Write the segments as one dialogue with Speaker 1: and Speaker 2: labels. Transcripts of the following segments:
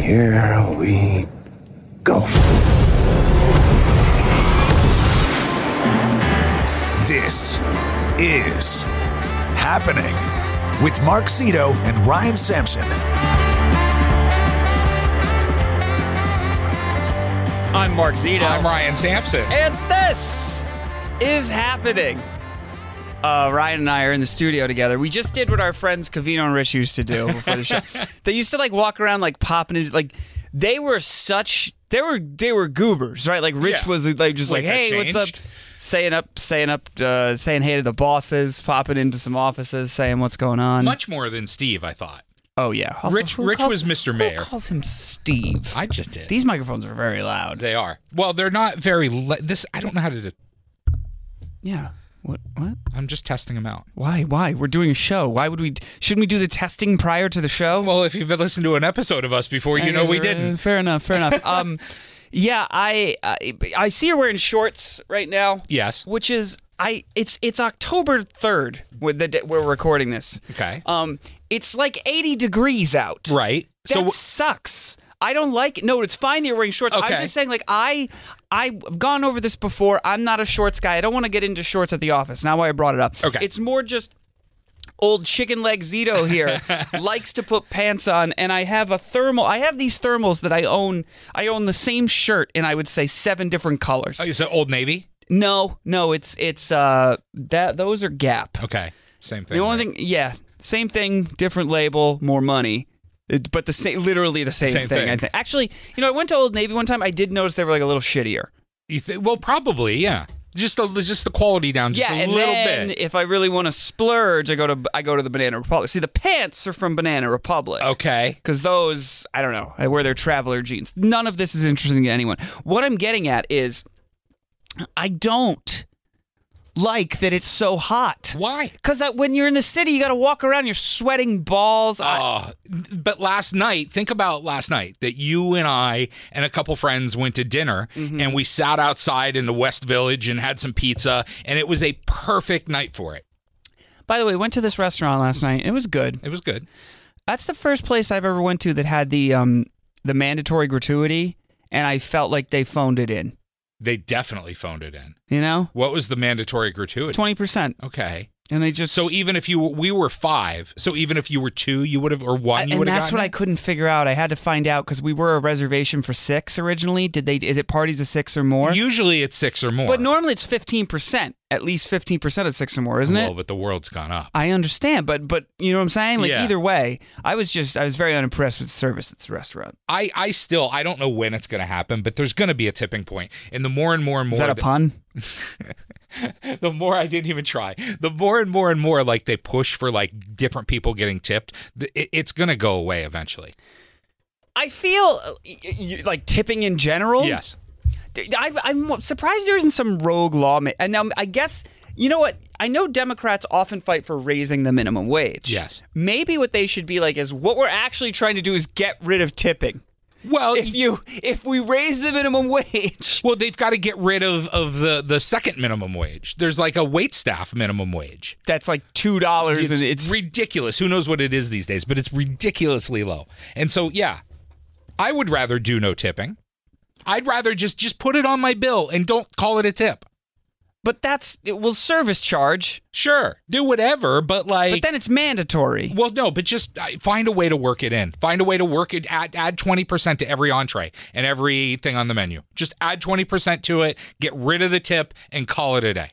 Speaker 1: Here we go.
Speaker 2: This is happening with Mark Zito and Ryan Sampson.
Speaker 3: I'm Mark Zito.
Speaker 4: I'm Ryan Sampson.
Speaker 3: And this is happening. Uh, Ryan and I are in the studio together. We just did what our friends Cavino and Rich used to do before the show. they used to like walk around like popping into like they were such they were they were goobers, right? Like Rich
Speaker 4: Yeah.
Speaker 3: was like just like,
Speaker 4: Like,
Speaker 3: hey,
Speaker 4: that
Speaker 3: what's up?
Speaker 4: changed?
Speaker 3: Saying up, saying up, uh, saying hey to the bosses, popping into some offices, saying what's going on.
Speaker 4: Much more than Steve, I thought.
Speaker 3: oh yeah, Also,
Speaker 4: Rich-
Speaker 3: who
Speaker 4: Rich
Speaker 3: calls-
Speaker 4: was Mr.
Speaker 3: Who
Speaker 4: Mayor.
Speaker 3: calls him Steve?
Speaker 4: I just did.
Speaker 3: These microphones are very loud.
Speaker 4: they are. Well, they're not very. Le- this I don't know how to. De-
Speaker 3: yeah. What? What?
Speaker 4: I'm just testing them out.
Speaker 3: Why? Why? We're doing a show. Why would we? Shouldn't we do the testing prior to the show?
Speaker 4: Well, if you've listened to an episode of us before,
Speaker 3: I
Speaker 4: you know
Speaker 3: guess
Speaker 4: we
Speaker 3: you're-
Speaker 4: didn't.
Speaker 3: Uh, Fair enough. Fair enough. Um, yeah, I, I I see her wearing shorts right now.
Speaker 4: Yes.
Speaker 3: which is I. It's it's October third with the day we're recording this.
Speaker 4: Okay.
Speaker 3: Um, it's like eighty degrees out.
Speaker 4: Right.
Speaker 3: That
Speaker 4: So
Speaker 3: sucks. I don't like it. No, it's fine that you're wearing shorts. I'm
Speaker 4: Okay.
Speaker 3: just saying, like, I, I've gone over this before. I'm not a shorts guy. I don't want to get into shorts at the office. Now why I brought it up.
Speaker 4: Okay.
Speaker 3: It's more just old chicken leg Zito here likes to put pants on, and I have a thermal. I have these thermals that I own. I own the same shirt, and I would say seven different colors.
Speaker 4: Oh, is it Old Navy?
Speaker 3: No, no, it's it's uh that those are Gap.
Speaker 4: Okay. Same thing.
Speaker 3: The only thing, yeah, same thing, different label, more money, It- but the same, literally the same,
Speaker 4: Same
Speaker 3: thing. I
Speaker 4: thing.
Speaker 3: think. Actually, you know, I went to Old Navy one time. I did notice they were like a little shittier.
Speaker 4: You thi- well, probably yeah. Just the just the quality down just
Speaker 3: yeah,
Speaker 4: a
Speaker 3: and
Speaker 4: little
Speaker 3: then
Speaker 4: bit.
Speaker 3: if I really want to splurge, I go to I go to the Banana Republic. See, the pants are from Banana Republic.
Speaker 4: Oh. Okay.
Speaker 3: Because those, I don't know, I wear their traveler jeans. None of this is interesting to anyone. What I'm getting at is, I don't like that it's so hot.
Speaker 4: Why?
Speaker 3: Because when you're in the city, you got to walk around, you're sweating balls. I-
Speaker 4: Oh, but last night, think about last night that you and I and a couple friends went to dinner
Speaker 3: Mm-hmm.
Speaker 4: and we sat outside in the West Village and had some pizza, and it was a perfect night for it.
Speaker 3: By the way, went to this restaurant last night. It was good.
Speaker 4: It was good.
Speaker 3: That's the first place I've ever went to that had the um the mandatory gratuity, and I felt like they phoned it in.
Speaker 4: They definitely phoned it in.
Speaker 3: You know,
Speaker 4: What was the mandatory gratuity?
Speaker 3: twenty percent,
Speaker 4: Okay.
Speaker 3: and they just
Speaker 4: So even if you we were five, so even if you were two, you would have or one, you
Speaker 3: and
Speaker 4: would have.
Speaker 3: that's what I couldn't figure out. I had to find out because we were a reservation for six originally. Did they? Is it parties of six or more?
Speaker 4: Usually it's six or more.
Speaker 3: but normally it's fifteen percent, at least fifteen percent of six or more, isn't it?
Speaker 4: well, but the world's gone up.
Speaker 3: I understand, but but you know what I'm saying? Like
Speaker 4: Yeah.
Speaker 3: either way, I was just I was very unimpressed with the service at the restaurant.
Speaker 4: I I still I don't know when it's going to happen, but there's going to be a tipping point, and the more and more and more
Speaker 3: Is that a
Speaker 4: that-
Speaker 3: pun?
Speaker 4: the more I didn't even try, the more and more and more like they push for like different people getting tipped. th- it- It's gonna go away eventually.
Speaker 3: I feel uh, y- y- like tipping in general.
Speaker 4: Yes,
Speaker 3: I, I'm surprised there isn't some rogue law. Ma- and now I guess you know what I know. Democrats often fight for raising the minimum wage.
Speaker 4: Yes.
Speaker 3: Maybe what they should be like is what we're actually trying to do is get rid of tipping.
Speaker 4: well,
Speaker 3: If you if we raise the minimum wage,
Speaker 4: well, they've got to get rid of of the the second minimum wage. There's like a wait staff minimum wage.
Speaker 3: that's like two dollars, and it's
Speaker 4: ridiculous. Who knows what it is these days? But it's ridiculously low. And so, yeah, I would rather do no tipping. I'd rather just just put it on my bill and don't call it a tip.
Speaker 3: but that's it will service charge,
Speaker 4: Sure, do whatever, but like
Speaker 3: but then it's mandatory.
Speaker 4: Well, no, but just uh, find a way to work it in. Find a way to work it. Add add twenty percent to every entree and everything on the menu. Just add twenty percent to it. Get rid of the tip and call it a day.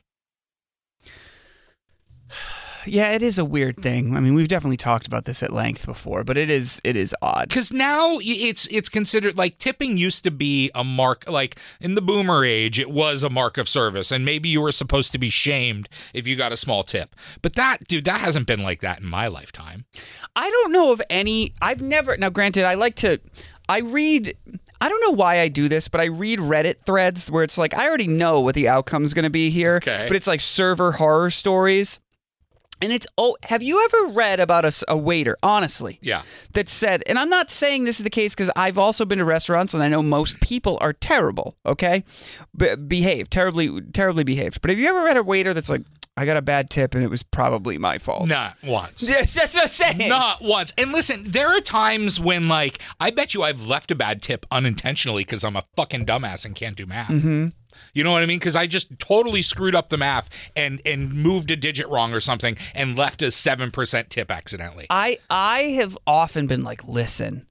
Speaker 3: Yeah, it is a weird thing. I mean, we've definitely talked about this at length before, but it is it is odd.
Speaker 4: Because now y- it's it's considered like tipping used to be a mark. Like in the boomer age, it was a mark of service, and maybe you were supposed to be shamed if you got a small tip. But that dude, that hasn't been like that in my lifetime.
Speaker 3: I don't know of any. I've never. Now, granted, I like to. I read. I don't know why I do this, but I read Reddit threads where it's like I already know what the outcome's going to be here,
Speaker 4: Okay.
Speaker 3: but it's like server horror stories. And it's oh, have you ever read about a, s- a waiter? Honestly,
Speaker 4: Yeah.
Speaker 3: that said, and I'm not saying this is the case because I've also been to restaurants and I know most people are terrible, okay? Be- behave, terribly, terribly behaved. But have you ever read a waiter that's like, I got a bad tip and it was probably my fault.
Speaker 4: Not once.
Speaker 3: Yes, that's what I'm saying.
Speaker 4: Not once. And listen, there are times when, like, I bet you I've left a bad tip unintentionally because I'm a fucking dumbass and can't do math.
Speaker 3: Mm-hmm.
Speaker 4: You know what I mean? Because I just totally screwed up the math and and moved a digit wrong or something and left a seven percent tip accidentally.
Speaker 3: I I have often been like, listen,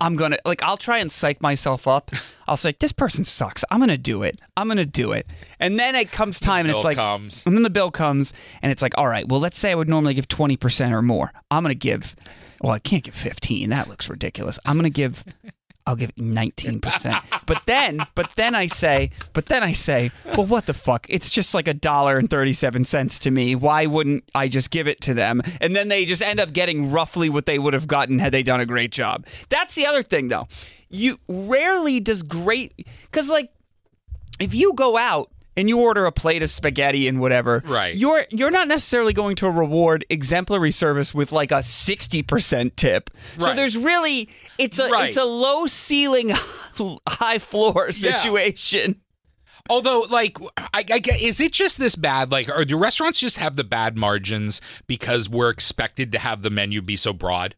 Speaker 3: I'm gonna like I'll try and psych myself up. I'll say this person sucks. I'm gonna do it. I'm gonna do it. And then it comes time and
Speaker 4: bill
Speaker 3: it's like,
Speaker 4: comes.
Speaker 3: and then the bill comes and it's like, all right, well let's say I would normally give twenty percent or more. I'm gonna give, well I can't give fifteen. That looks ridiculous. I'm gonna give. I'll give 19%. But then, but then I say, but then I say, well, what the fuck? It's just like a dollar and 37 cents to me. Why wouldn't I just give it to them? And then they just end up getting roughly what they would have gotten had they done a great job. That's the other thing, though. You rarely does great, because like, if you go out and you order a plate of spaghetti and whatever,
Speaker 4: Right.
Speaker 3: You're you're not necessarily going to reward exemplary service with like a sixty percent tip. So
Speaker 4: Right.
Speaker 3: there's really it's a
Speaker 4: Right.
Speaker 3: it's a low ceiling, high floor
Speaker 4: Yeah.
Speaker 3: situation.
Speaker 4: Although, like, I, I get, is it just this bad? Like, or do restaurants just have the bad margins because we're expected to have the menu be so broad?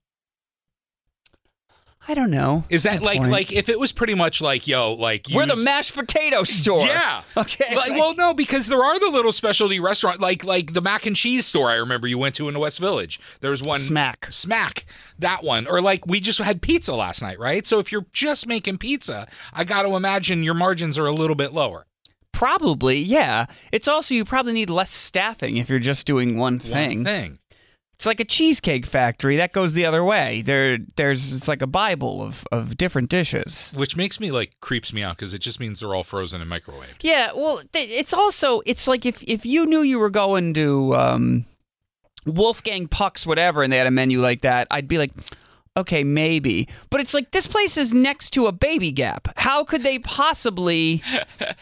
Speaker 3: I don't know.
Speaker 4: Is that like
Speaker 3: point.
Speaker 4: like if it was pretty much like yo like
Speaker 3: We're the
Speaker 4: use-
Speaker 3: mashed potato store.
Speaker 4: Yeah.
Speaker 3: Okay.
Speaker 4: Like, well, no, because there are the little specialty restaurant, like like the mac and cheese store I remember you went to in the West Village. There was one
Speaker 3: Smack.
Speaker 4: smack that one, or like we just had pizza last night, right? So if you're just making pizza, I got to imagine your margins are a little bit lower.
Speaker 3: Probably, yeah. It's also you probably need less staffing if you're just doing one thing.
Speaker 4: One thing.
Speaker 3: It's like a cheesecake factory that goes the other way. There, there's it's like a bible of of different dishes.
Speaker 4: which makes me like creeps me out because it just means they're all frozen and microwaved.
Speaker 3: Yeah, well, th- it's also it's like if if you knew you were going to um, Wolfgang Puck's whatever, and they had a menu like that, I'd be like, okay, maybe. But it's like this place is next to a Baby Gap. How could they possibly,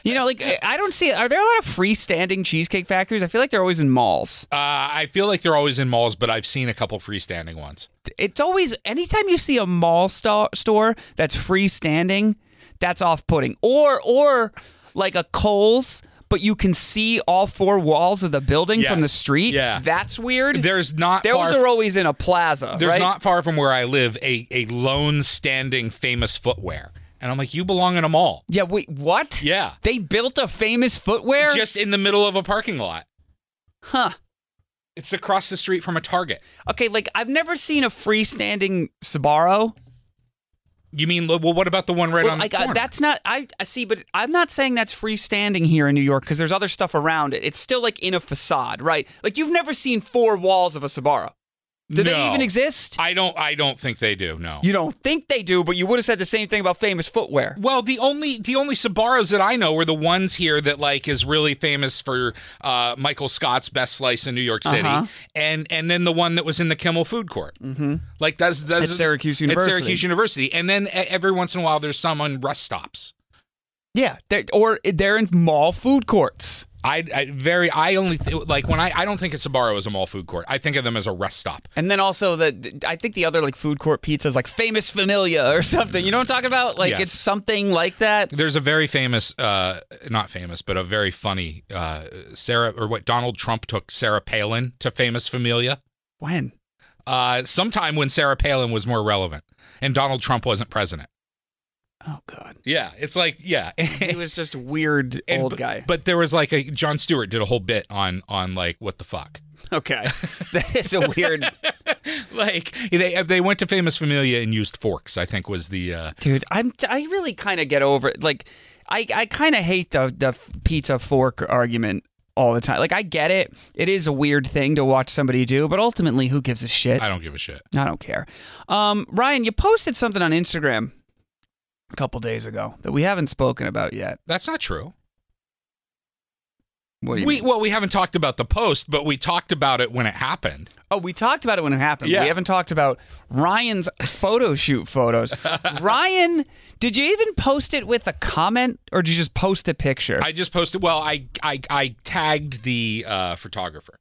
Speaker 3: you know, like I- I don't see. Are there a lot of freestanding cheesecake factories? I feel like they're always in malls.
Speaker 4: Uh, I feel like they're always in malls, but I've seen a couple freestanding ones.
Speaker 3: It's always anytime you see a mall sto- store that's freestanding, that's off-putting. Or or like a Kohl's, but you can see all four walls of the building from the
Speaker 4: Yes.
Speaker 3: street.
Speaker 4: Yeah.
Speaker 3: that's weird.
Speaker 4: There's not
Speaker 3: Those
Speaker 4: far
Speaker 3: are always in a plaza,
Speaker 4: There's
Speaker 3: right?
Speaker 4: not far from where I live a, a lone standing famous footwear. And I'm like, you belong in a mall.
Speaker 3: yeah, wait, what?
Speaker 4: Yeah.
Speaker 3: They built a famous footwear?
Speaker 4: Just in the middle of a parking lot.
Speaker 3: huh.
Speaker 4: It's across the street from a Target.
Speaker 3: Okay, like I've never seen a freestanding Sbarro.
Speaker 4: You mean, well, what about the one right
Speaker 3: Well,
Speaker 4: on the
Speaker 3: like, uh,
Speaker 4: corner?
Speaker 3: that's not I, I see, but I'm not saying that's freestanding here in New York because there's other stuff around it. It's still like in a facade, right? Like you've never seen four walls of a Sabara. Do they
Speaker 4: No.
Speaker 3: even exist?
Speaker 4: I don't, I don't think they do, no.
Speaker 3: you don't think they do, but you would have said the same thing about famous footwear.
Speaker 4: Well, the only the only Sabaros that I know are the ones here that like is really famous for uh, Michael Scott's best slice in New York City,
Speaker 3: Uh-huh.
Speaker 4: and and then the one that was in the Kimmel Food Court. Mm-hmm. Like that's that's
Speaker 3: At Syracuse
Speaker 4: at
Speaker 3: University.
Speaker 4: Syracuse University, and then e- every once in a while there's some on rest stops.
Speaker 3: Yeah, they're, or they're in mall food courts.
Speaker 4: I, I very I only th- like when I I don't think of Sabaro as a mall food court. I think of them as a rest stop.
Speaker 3: And then also the I think the other like food court pizza is like famous familia or something. You know what I'm talking about? Like
Speaker 4: Yes.
Speaker 3: it's something like that.
Speaker 4: There's a very famous, uh, not famous, but a very funny uh, Sarah or what Donald Trump took Sarah Palin to famous familia.
Speaker 3: When?
Speaker 4: uh, sometime when Sarah Palin was more relevant and Donald Trump wasn't president.
Speaker 3: Oh god.
Speaker 4: Yeah, it's like yeah,
Speaker 3: He was just weird
Speaker 4: And-
Speaker 3: old guy.
Speaker 4: But there was like a John Stewart did a whole bit on on like what the fuck.
Speaker 3: Okay. That is a weird
Speaker 4: Like they they went to famous familia and used forks. I think was the uh,
Speaker 3: Dude, I'm I really kind of get over it. Like I I kind of hate the the pizza fork argument all the time. Like I get it. It is a weird thing to watch somebody do, but ultimately who gives a shit?
Speaker 4: I
Speaker 3: I,
Speaker 4: don't give a shit.
Speaker 3: don't care. Um Ryan, you posted something on Instagram a couple days ago that we haven't spoken about yet.
Speaker 4: That's not true.
Speaker 3: What do you
Speaker 4: We
Speaker 3: mean?
Speaker 4: well we haven't talked about the post, but we talked about it when it happened.
Speaker 3: Oh, we talked about it when it happened.
Speaker 4: Yeah.
Speaker 3: We haven't talked about Ryan's photo shoot photos. Ryan, did you even post it with a comment or did you just post a picture?
Speaker 4: I just posted. Well, I I, I tagged the uh, photographer.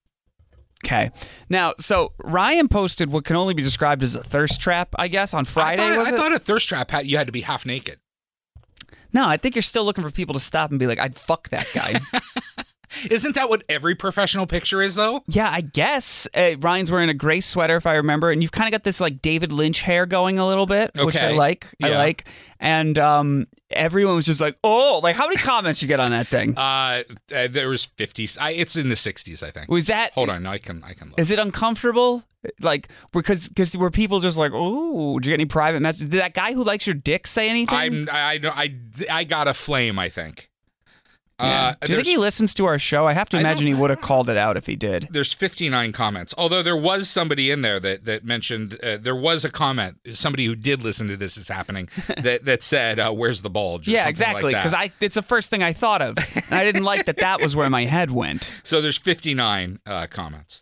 Speaker 3: Okay. Now, so Ryan posted what can only be described as a thirst trap, I guess, on Friday.
Speaker 4: I thought,
Speaker 3: was
Speaker 4: I
Speaker 3: it?
Speaker 4: thought a thirst trap had you had to be half naked.
Speaker 3: no, I think you're still looking for people to stop and be like, "I'd fuck that guy."
Speaker 4: Isn't that what every professional picture is, though?
Speaker 3: Yeah, I guess uh, Ryan's wearing a gray sweater, if I remember, and you've kind of got this like David Lynch hair going a little bit, which I
Speaker 4: Okay.
Speaker 3: like. I
Speaker 4: Yeah.
Speaker 3: like, and um, everyone was just like, "Oh, like how many comments you get on that thing?
Speaker 4: Uh, uh, there was 50s. I, it's in the 60s, I think.
Speaker 3: was that?
Speaker 4: Hold on, no, I can, I can look.
Speaker 3: Is it uncomfortable? Like because because were people just like, "Oh, do you get any private messages?" Did that guy who likes your dick say anything?
Speaker 4: I'm, I, I, I, I got a flame. I think.
Speaker 3: Yeah.
Speaker 4: Uh,
Speaker 3: do you
Speaker 4: there's,
Speaker 3: think he listens to our show? I have to
Speaker 4: I
Speaker 3: imagine he
Speaker 4: don't-
Speaker 3: would have called it out if he did.
Speaker 4: there's 59 comments. Although there was somebody in there that that mentioned uh, there was a comment. Somebody who did listen to this is happening that that said, uh, "Where's the bulge?" or
Speaker 3: Yeah,
Speaker 4: something
Speaker 3: exactly.
Speaker 4: Like
Speaker 3: Because
Speaker 4: that.
Speaker 3: I it's the first thing I thought of, and I didn't like that that was where my head went.
Speaker 4: so there's 59 uh, comments.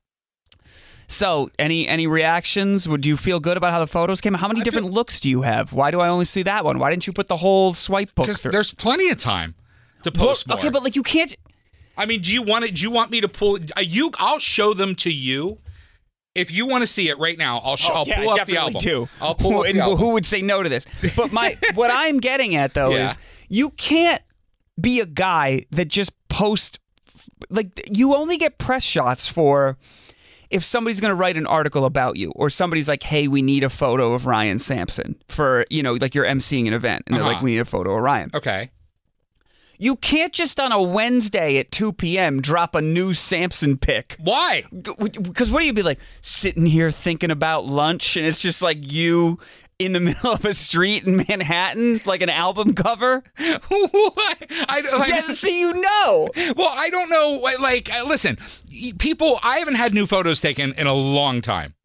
Speaker 3: So, any any reactions? Would you feel good about how the photos came? out? How many different looks do you have? Why do I only see that one? Why didn't you put the whole swipe book
Speaker 4: Because
Speaker 3: through?
Speaker 4: there's plenty of time to
Speaker 3: Well,
Speaker 4: post more.
Speaker 3: okay, but like you can't.
Speaker 4: I mean, do you want it? Do you want me to pull? Uh, you, I'll show them to you. If you want to see it right now, I'll show. I'll
Speaker 3: Oh, yeah,
Speaker 4: pull
Speaker 3: I
Speaker 4: up
Speaker 3: definitely
Speaker 4: the album.
Speaker 3: do.
Speaker 4: I'll pull up
Speaker 3: And
Speaker 4: the album.
Speaker 3: Who would say no to this? But my what I'm getting at though
Speaker 4: Yeah.
Speaker 3: is you can't be a guy that just posts like you only get press shots for if somebody's going to write an article about you or somebody's like hey we need a photo of Ryan Sampson for you know like you're emceeing an event and they're
Speaker 4: Uh-huh.
Speaker 3: like we need a photo of Ryan
Speaker 4: Okay.
Speaker 3: You can't just on a Wednesday at 2 p.m. drop a new Samson pick.
Speaker 4: Why?
Speaker 3: Because what do you be like sitting here thinking about lunch and it's just like you in the middle of a street in Manhattan, like an album cover?
Speaker 4: Why? I, I,
Speaker 3: Yeah, see, you know.
Speaker 4: Well, I don't know. why- Like, uh, listen, y- people. I haven't had new photos taken in a long time.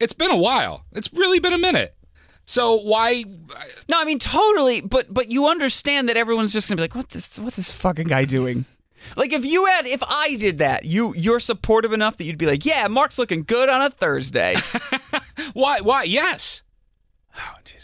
Speaker 4: It's been a while. It's really been a minute. So why?
Speaker 3: No, I mean totally, but but you understand that everyone's just gonna be like, what this what's this fucking guy doing? Like if you had if I did that, you you're supportive enough that you'd be like, yeah, Mark's looking good on a Thursday.
Speaker 4: Why? Why? Yes.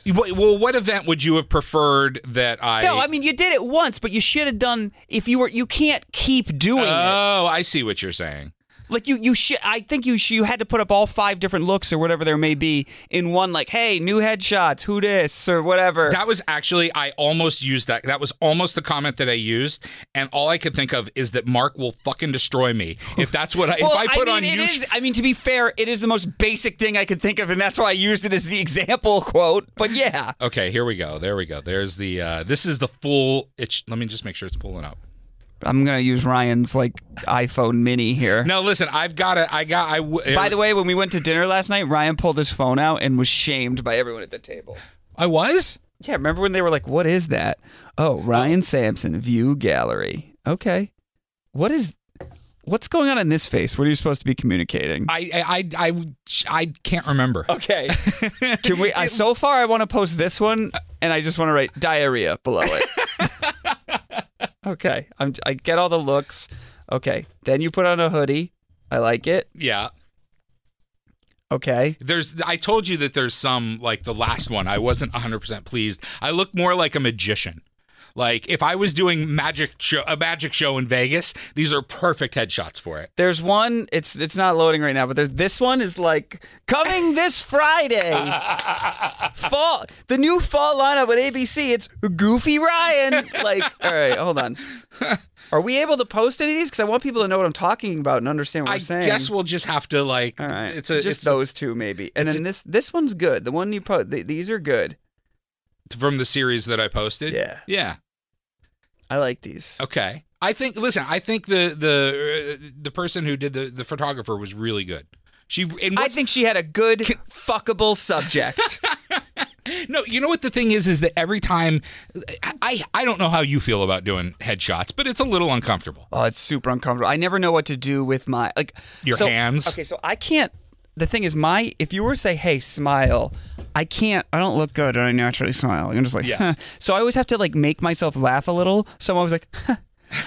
Speaker 4: Wh- Well, what event would you have preferred that I?
Speaker 3: Oh, No, I mean you did it once, but you should have done if you were. You can't keep doing it.
Speaker 4: Oh, I see what you're saying.
Speaker 3: Like you, you should. I think you sh- you had to put up all five different looks or whatever there may be in one. Like, hey, new headshots, who dis or whatever.
Speaker 4: That was actually I almost used that. That was almost the comment that I used, and all I could think of is that Mark will fucking destroy me if that's what I
Speaker 3: well,
Speaker 4: if I put
Speaker 3: mean,
Speaker 4: on
Speaker 3: it
Speaker 4: you.
Speaker 3: is- I mean, to be fair, it is the most basic thing I could think of, and that's why I used it as the example quote. But yeah,
Speaker 4: Okay, here we go. There we go. There's the uh this is the full it's let me just make sure it's pulling up.
Speaker 3: I'm gonna use Ryan's like iPhone Mini here.
Speaker 4: No, listen, I've got it. I got I w-
Speaker 3: By the way, when we went to dinner last night, Ryan pulled his phone out and was shamed by everyone at the table.
Speaker 4: I was?
Speaker 3: Yeah, remember when they were like, "What is that?" Oh, Ryan Sampson View Gallery. Okay, what is what's going on in this face? What are you supposed to be communicating?
Speaker 4: I I I I, I can't remember.
Speaker 3: okay, can we? I, so far, I want to post this one, and I just want to write diarrhea below it. okay, I'm, I get all the looks. Okay, then you put on a hoodie. I like it.
Speaker 4: Yeah.
Speaker 3: Okay.
Speaker 4: There's I told you that there's some like the last one. I wasn't 100% pleased. I look more like a magician. Like if I was doing magic show, a magic show in Vegas, these are perfect headshots for it.
Speaker 3: There's one. It's it's not loading right now, but there's this one is like coming this Friday. fall the new fall lineup at ABC. It's Goofy Ryan. Like, all right, hold on. Are we able to post any of these? Because I want people to know what I'm talking about and understand what
Speaker 4: I
Speaker 3: am saying.
Speaker 4: guess we'll just have to like
Speaker 3: all right,
Speaker 4: it's a
Speaker 3: just
Speaker 4: it's
Speaker 3: those two maybe, and then this this one's good. The one you put, th- these are good.
Speaker 4: from the series that I posted.
Speaker 3: Yeah.
Speaker 4: Yeah.
Speaker 3: I like these.
Speaker 4: Okay. I think. Listen, I think the the uh, the person who did the the photographer was really good. She and
Speaker 3: I
Speaker 4: what's,
Speaker 3: think she had a good fuckable subject.
Speaker 4: no, you know what the thing is is that every time I I don't know how you feel about doing headshots, but it's a little uncomfortable.
Speaker 3: Oh, it's super uncomfortable. I never know what to do with my like
Speaker 4: Your
Speaker 3: so-
Speaker 4: hands?
Speaker 3: Okay, so I can't. The thing is, my if you were to say, "Hey, smile," I can't. I don't look good. when I naturally smile. I'm just like,
Speaker 4: Yes.
Speaker 3: huh. so I always have to like make myself laugh a little. So I'm always like, huh.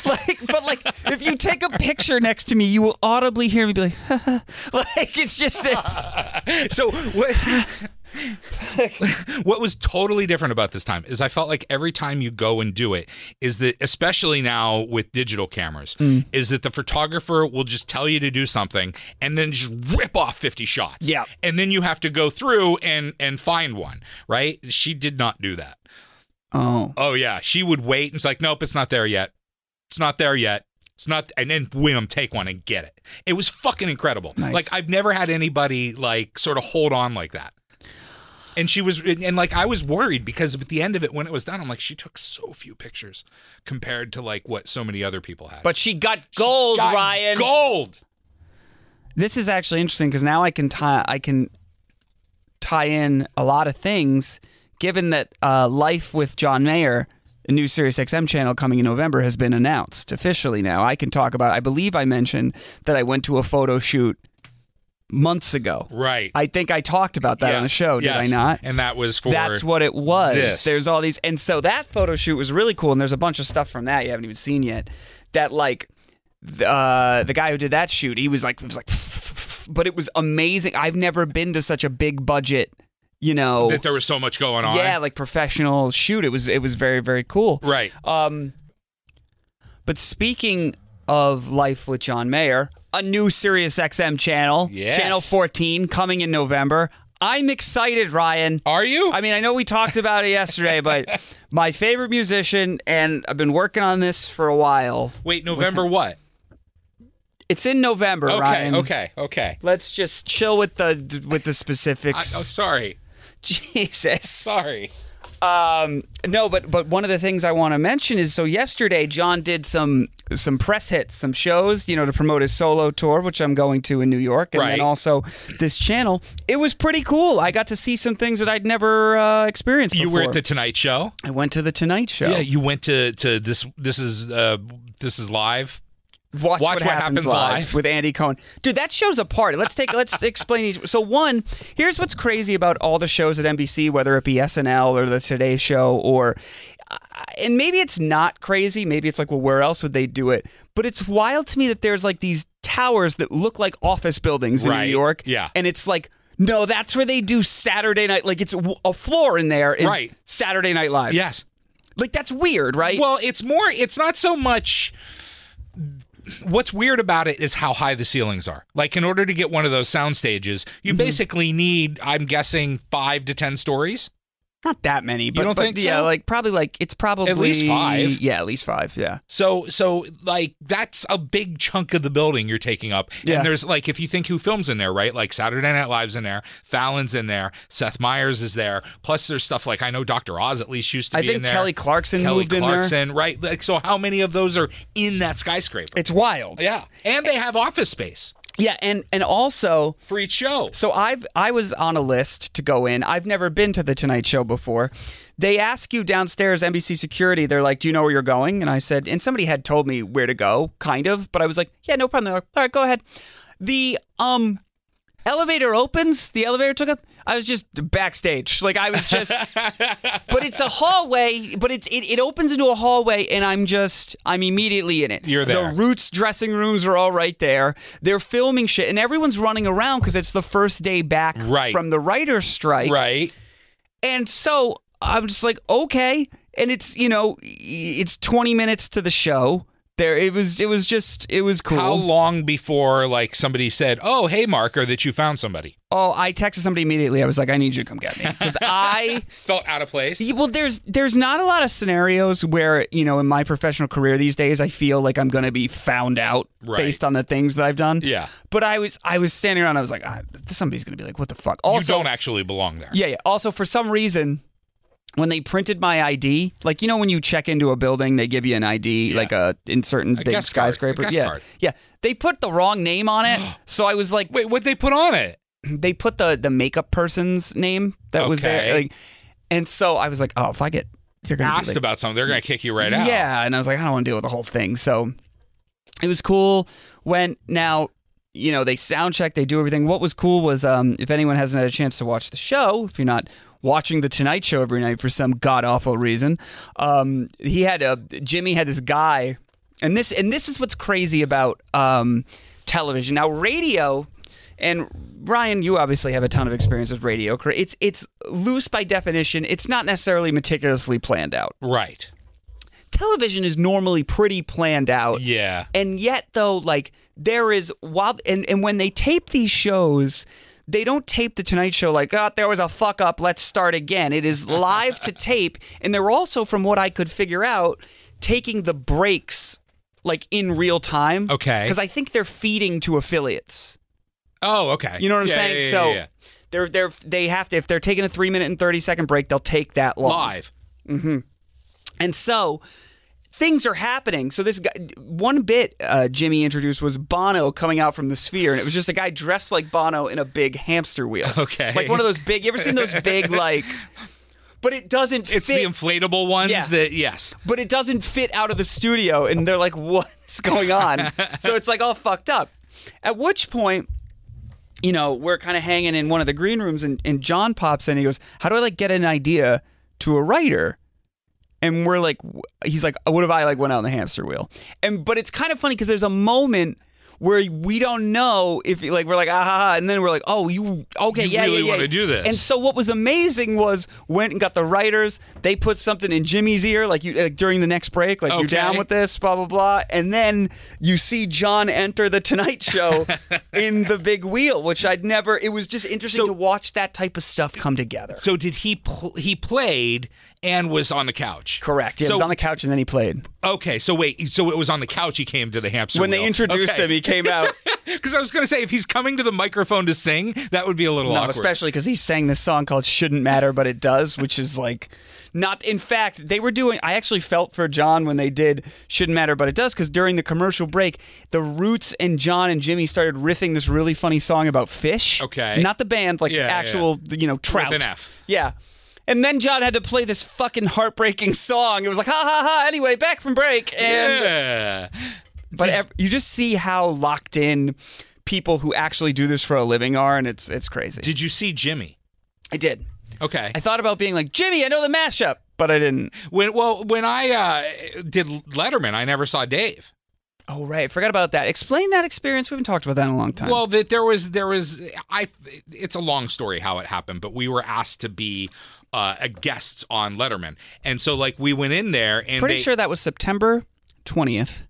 Speaker 3: like, but like if you take a picture next to me, you will audibly hear me be like, huh. like it's just this.
Speaker 4: So what? what was totally different about this time is I felt like every time you go and do it is that especially now with digital cameras is that the photographer will just tell you to do something and then just rip off 50 shots.
Speaker 3: Yeah.
Speaker 4: And then you have to go through and and find one, right? She did not do that.
Speaker 3: Oh,
Speaker 4: Oh yeah, she would wait and it's like nope, it's not there yet. It's not there yet. It's not, and then win them, take one, and get it. It was fucking incredible. Like I've never had anybody like sort of hold on like that. And she was, and, and, like I was worried because at the end of it, when it was done, I'm like, she took so few pictures compared to like what so many other people had.
Speaker 3: But she got gold,
Speaker 4: Got
Speaker 3: Ryan.
Speaker 4: gold.
Speaker 3: This is actually interesting because now I can tie I can tie in a lot of things. Given that uh, Life with John Mayer, a new Sirius XM channel coming in November, has been announced officially. Now I can talk about. I believe I mentioned that I went to a photo shoot months ago.
Speaker 4: Right.
Speaker 3: I think I talked about that on the
Speaker 4: Yes,
Speaker 3: show, did I
Speaker 4: yes.
Speaker 3: not?
Speaker 4: And that was for
Speaker 3: That's what it was.
Speaker 4: this.
Speaker 3: There's all these, and so that photo shoot was really cool. And there's a bunch of stuff from that you haven't even seen yet. That like, th- uh, the guy who did that shoot, he was like, it was like, but it was amazing. I've never been to such a big budget, you know,
Speaker 4: that there was so much going on.
Speaker 3: yeah, like professional shoot. It was it was very very cool.
Speaker 4: Right.
Speaker 3: Um, but speaking of life with John Mayer, a new Sirius XM channel,
Speaker 4: Yes.
Speaker 3: channel 14, coming in November. I'm excited, Ryan.
Speaker 4: Are you?
Speaker 3: I mean, I know we talked about it yesterday, but my favorite musician, and I've been working on this for a while.
Speaker 4: Wait, November what?
Speaker 3: It's in November,
Speaker 4: Okay,
Speaker 3: Ryan.
Speaker 4: okay, okay.
Speaker 3: Let's just chill with the with the
Speaker 4: I, oh,
Speaker 3: specifics.
Speaker 4: sorry,
Speaker 3: Jesus.
Speaker 4: sorry.
Speaker 3: Um, no, but but one of the things I want to mention is so yesterday John did some some press hits, some shows, you know, to promote his solo tour, which I'm going to in New York, and
Speaker 4: Right.
Speaker 3: then also this channel. It was pretty cool. I got to see some things that I'd never uh, experienced.
Speaker 4: You were at
Speaker 3: before.
Speaker 4: the Tonight Show.
Speaker 3: I went to the Tonight Show.
Speaker 4: Yeah, you went to to this. This is uh this is live. Watch
Speaker 3: Watch, what,
Speaker 4: What
Speaker 3: happens,
Speaker 4: Happens
Speaker 3: live,
Speaker 4: Live.
Speaker 3: with Andy Cohen. Dude, that show's a party. Let's take let's explain each. So one, here's what's crazy about all the shows at NBC, whether it be SNL or the Today Show or uh, and maybe it's not crazy, maybe it's like well where else would they do it? But it's wild to me that there's like these towers that look like office buildings in
Speaker 4: Right.
Speaker 3: New York.
Speaker 4: Yeah.
Speaker 3: And it's like no, that's where they do Saturday night. Like it's a floor in there is
Speaker 4: Right.
Speaker 3: Saturday Night Live.
Speaker 4: Yes.
Speaker 3: Like that's weird, right?
Speaker 4: Well, it's more. It's not so much. What's weird about it is how high the ceilings are. Like, in order to get one of those sound stages, you basically need, I'm guessing, five to ten stories.
Speaker 3: Not that many, but,
Speaker 4: don't
Speaker 3: but
Speaker 4: think
Speaker 3: yeah,
Speaker 4: so?
Speaker 3: like probably like it's probably
Speaker 4: five.
Speaker 3: Yeah, at least five. Yeah,
Speaker 4: So so like that's a big chunk of the building you're taking up.
Speaker 3: Yeah.
Speaker 4: And there's like if you think who films in there, right? Like Saturday Night Live's in there, Fallon's in there, Seth Meyers is there. Plus there's stuff like I know Dr. Oz at least used to
Speaker 3: I
Speaker 4: be in
Speaker 3: think
Speaker 4: there.
Speaker 3: Kelly Clarkson
Speaker 4: Kelly
Speaker 3: moved in there.
Speaker 4: Clarkson, right? Like so how many of those are in that skyscraper?
Speaker 3: It's wild.
Speaker 4: yeah. And they have office space
Speaker 3: yeah, and and also,
Speaker 4: for each show.
Speaker 3: so I've I was on a list to go in. I've never been to the Tonight Show before. They ask you downstairs, NBC security. They're like, "Do you know where you're going?" And I said, and somebody had told me where to go, kind of, but I was like, "Yeah, no problem." They're like, "All right, go ahead." The um elevator opens, the elevator took up. I was just backstage. Like I was just but it's a hallway, but it's it, it opens into a hallway and I'm just I'm immediately in it.
Speaker 4: You're there.
Speaker 3: The Roots dressing rooms are all right there. They're filming shit and everyone's running around cuz it's the first day back
Speaker 4: Right.
Speaker 3: from the writer's strike.
Speaker 4: right.
Speaker 3: And so I'm just like, okay. And it's, you know, it's 20 minutes to the show. There it was it was just it was cool.
Speaker 4: How long before like somebody said, "Oh, hey Mark," or that you found somebody?
Speaker 3: Oh, I texted somebody immediately. I was like, I need you to come get me because I.
Speaker 4: Felt out of place.
Speaker 3: Yeah, Well, there's there's not a lot of scenarios where you know in my professional career these days I feel like I'm gonna be found out
Speaker 4: Right.
Speaker 3: based on the things that I've done.
Speaker 4: Yeah.
Speaker 3: But I was I was standing around. I was like, ah, somebody's gonna be like, what the fuck? Also,
Speaker 4: you don't actually belong there.
Speaker 3: yeah, yeah. Also, for some reason, when they printed my ID, like you know when you check into a building, they give you an ID, like a in certain big
Speaker 4: guest card, a
Speaker 3: skyscraper.
Speaker 4: guest
Speaker 3: yeah,
Speaker 4: card.
Speaker 3: yeah. They put the wrong name on it, so I was like,
Speaker 4: Wait, what they put on it?
Speaker 3: they put the the makeup person's name that was there,
Speaker 4: Okay.
Speaker 3: like, and so I was like, oh, if I get, they're gonna be
Speaker 4: asked
Speaker 3: like-
Speaker 4: about something, they're going to kick you right out.
Speaker 3: yeah, and I was like, I don't want to deal with the whole thing. So it was cool. When now, you know, they sound check, they do everything. What was cool was um, if anyone hasn't had a chance to watch the show, if you're not watching the Tonight Show every night for some god awful reason, um, he had a Jimmy had this guy, and this and this is what's crazy about um, television. Now radio. And Ryan, you obviously have a ton of experience with radio. correct? It's it's loose by definition. It's not necessarily meticulously planned out
Speaker 4: Right.
Speaker 3: television is normally pretty planned out.
Speaker 4: Yeah.
Speaker 3: And yet though, like there is while and, and when they tape these shows, they don't tape the Tonight Show like, oh, there was a fuck up, let's start again. It is live to tape. And they're also, from what I could figure out, taking the breaks like in real time.
Speaker 4: Okay.
Speaker 3: Because I think they're feeding to affiliates.
Speaker 4: Oh, okay.
Speaker 3: You know what I'm
Speaker 4: Yeah,
Speaker 3: saying?
Speaker 4: yeah, yeah,
Speaker 3: so
Speaker 4: yeah, yeah.
Speaker 3: they're they're they have to if they're taking a three minute and thirty second break, they'll take that long.
Speaker 4: live.
Speaker 3: And so things are happening. So this guy, one bit uh, Jimmy introduced was Bono coming out from the sphere, and it was just a guy dressed like Bono in a big hamster wheel.
Speaker 4: Okay.
Speaker 3: like one of those big. You ever seen those big like? But it doesn't
Speaker 4: It's
Speaker 3: fit.
Speaker 4: the inflatable ones
Speaker 3: Yeah.
Speaker 4: that yes.
Speaker 3: but it doesn't fit out of the studio, and they're like, "What's going on?" so it's like all fucked up. At which point. You know, we're kind of hanging in one of the green rooms, and, and John pops in. And he goes, "How do I like get an idea to a writer?" and we're like w- he's like what if i like went out on the hamster wheel and but it's kind of funny because there's a moment where we don't know if like we're like ah ha, ha, and then we're like oh you okay
Speaker 4: You
Speaker 3: yeah
Speaker 4: really
Speaker 3: yeah, yeah.
Speaker 4: wanna do this.
Speaker 3: and so what was amazing was went and got the writers they put something in Jimmy's ear like you like during the next break like you're
Speaker 4: Okay.
Speaker 3: down with this blah blah blah and then you see John enter the Tonight Show in the big wheel which I'd never it was just interesting to watch that type of stuff come together
Speaker 4: So did he? Pl- he played and was on the couch.
Speaker 3: correct yeah,
Speaker 4: so
Speaker 3: he was on the couch and then he played
Speaker 4: okay. So wait. So it was on the couch. He came to the hamster
Speaker 3: when they introduced him he came out
Speaker 4: Because I was going to say, if he's coming to the microphone to sing, that would be a little
Speaker 3: No,
Speaker 4: awkward.
Speaker 3: especially because he sang this song called "Shouldn't Matter, But It Does," which is like not. In fact, they were doing. I actually felt for John when they did "Shouldn't Matter, But It Does" because during the commercial break, the Roots and John and Jimmy started riffing this really funny song about fish.
Speaker 4: Okay.
Speaker 3: not the band, like
Speaker 4: Yeah, yeah.
Speaker 3: actual, you know, trout.
Speaker 4: an F.
Speaker 3: Yeah. And then John had to play this fucking heartbreaking song. It was like, ha ha ha. Anyway, back from break. And
Speaker 4: Yeah.
Speaker 3: but ev- you just see how locked in people who actually do this for a living are, and it's it's crazy.
Speaker 4: Did you see Jimmy?
Speaker 3: I did.
Speaker 4: Okay.
Speaker 3: I thought about being like, Jimmy, I know the mashup, but I didn't.
Speaker 4: When well, when I uh, did Letterman, I never saw Dave.
Speaker 3: Oh, right. Forgot about that. Explain that experience. We haven't talked about that in a long time.
Speaker 4: Well, that there was there was I. It's a long story how it happened, but we were asked to be uh, a guests on Letterman, and so like we went in there and
Speaker 3: pretty
Speaker 4: they,
Speaker 3: sure that was September 20th,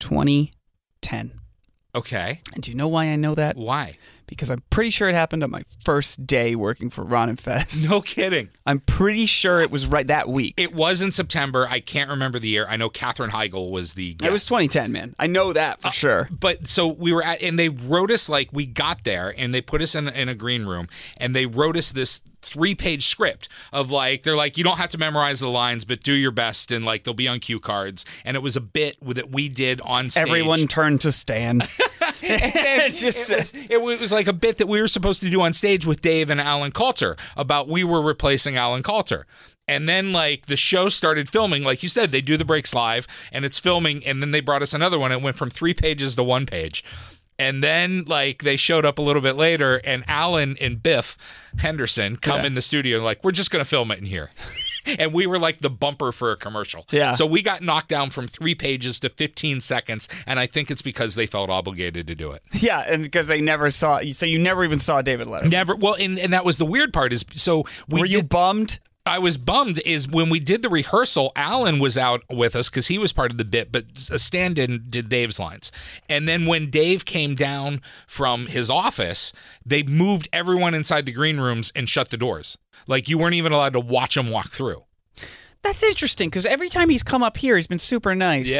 Speaker 3: 2010.
Speaker 4: okay,
Speaker 3: And do you know why I know that?
Speaker 4: why?
Speaker 3: Because I'm pretty sure it happened on my first day working for Ron and Fest.
Speaker 4: No kidding.
Speaker 3: I'm pretty sure it was right that week.
Speaker 4: It was in September. I can't remember the year. I know Katherine Heigl was the. Guest.
Speaker 3: It was 2010, man. I know that
Speaker 4: Uh,
Speaker 3: for sure.
Speaker 4: But so we were at, and they wrote us like we got there, and they put us in, in a green room, and they wrote us this three page script of like, they're like, you don't have to memorize the lines, but do your best, and like they'll be on cue cards. And it was a bit that we did on stage.
Speaker 3: Everyone turned to Stan. it's just
Speaker 4: It was, it was like a bit that we were supposed to do on stage with Dave and Alan Coulter about we were replacing Alan Coulter. And then, like, the show started filming. Like you said, they do the breaks live and it's filming. And then they brought us another one. It went from three pages to one page. And then, like, they showed up a little bit later and Alan and Biff Henderson come in the studio and, like, we're just going to film it in here. and we were like the bumper for a commercial.
Speaker 3: Yeah.
Speaker 4: So we got knocked down from three pages to 15 seconds. And I think it's because they felt obligated to do it.
Speaker 3: yeah, and because they never saw, so you never even saw David Letterman.
Speaker 4: Never. Well, and, and that was the weird part is so we
Speaker 3: Were you
Speaker 4: did-
Speaker 3: bummed?
Speaker 4: I was bummed is when we did the rehearsal, Alan was out with us because he was part of the bit, but Stan did did Dave's lines. And then when Dave came down from his office, they moved everyone inside the green rooms and shut the doors. Like you weren't even allowed to watch him walk through.
Speaker 3: That's interesting because every time he's come up here, he's been super nice.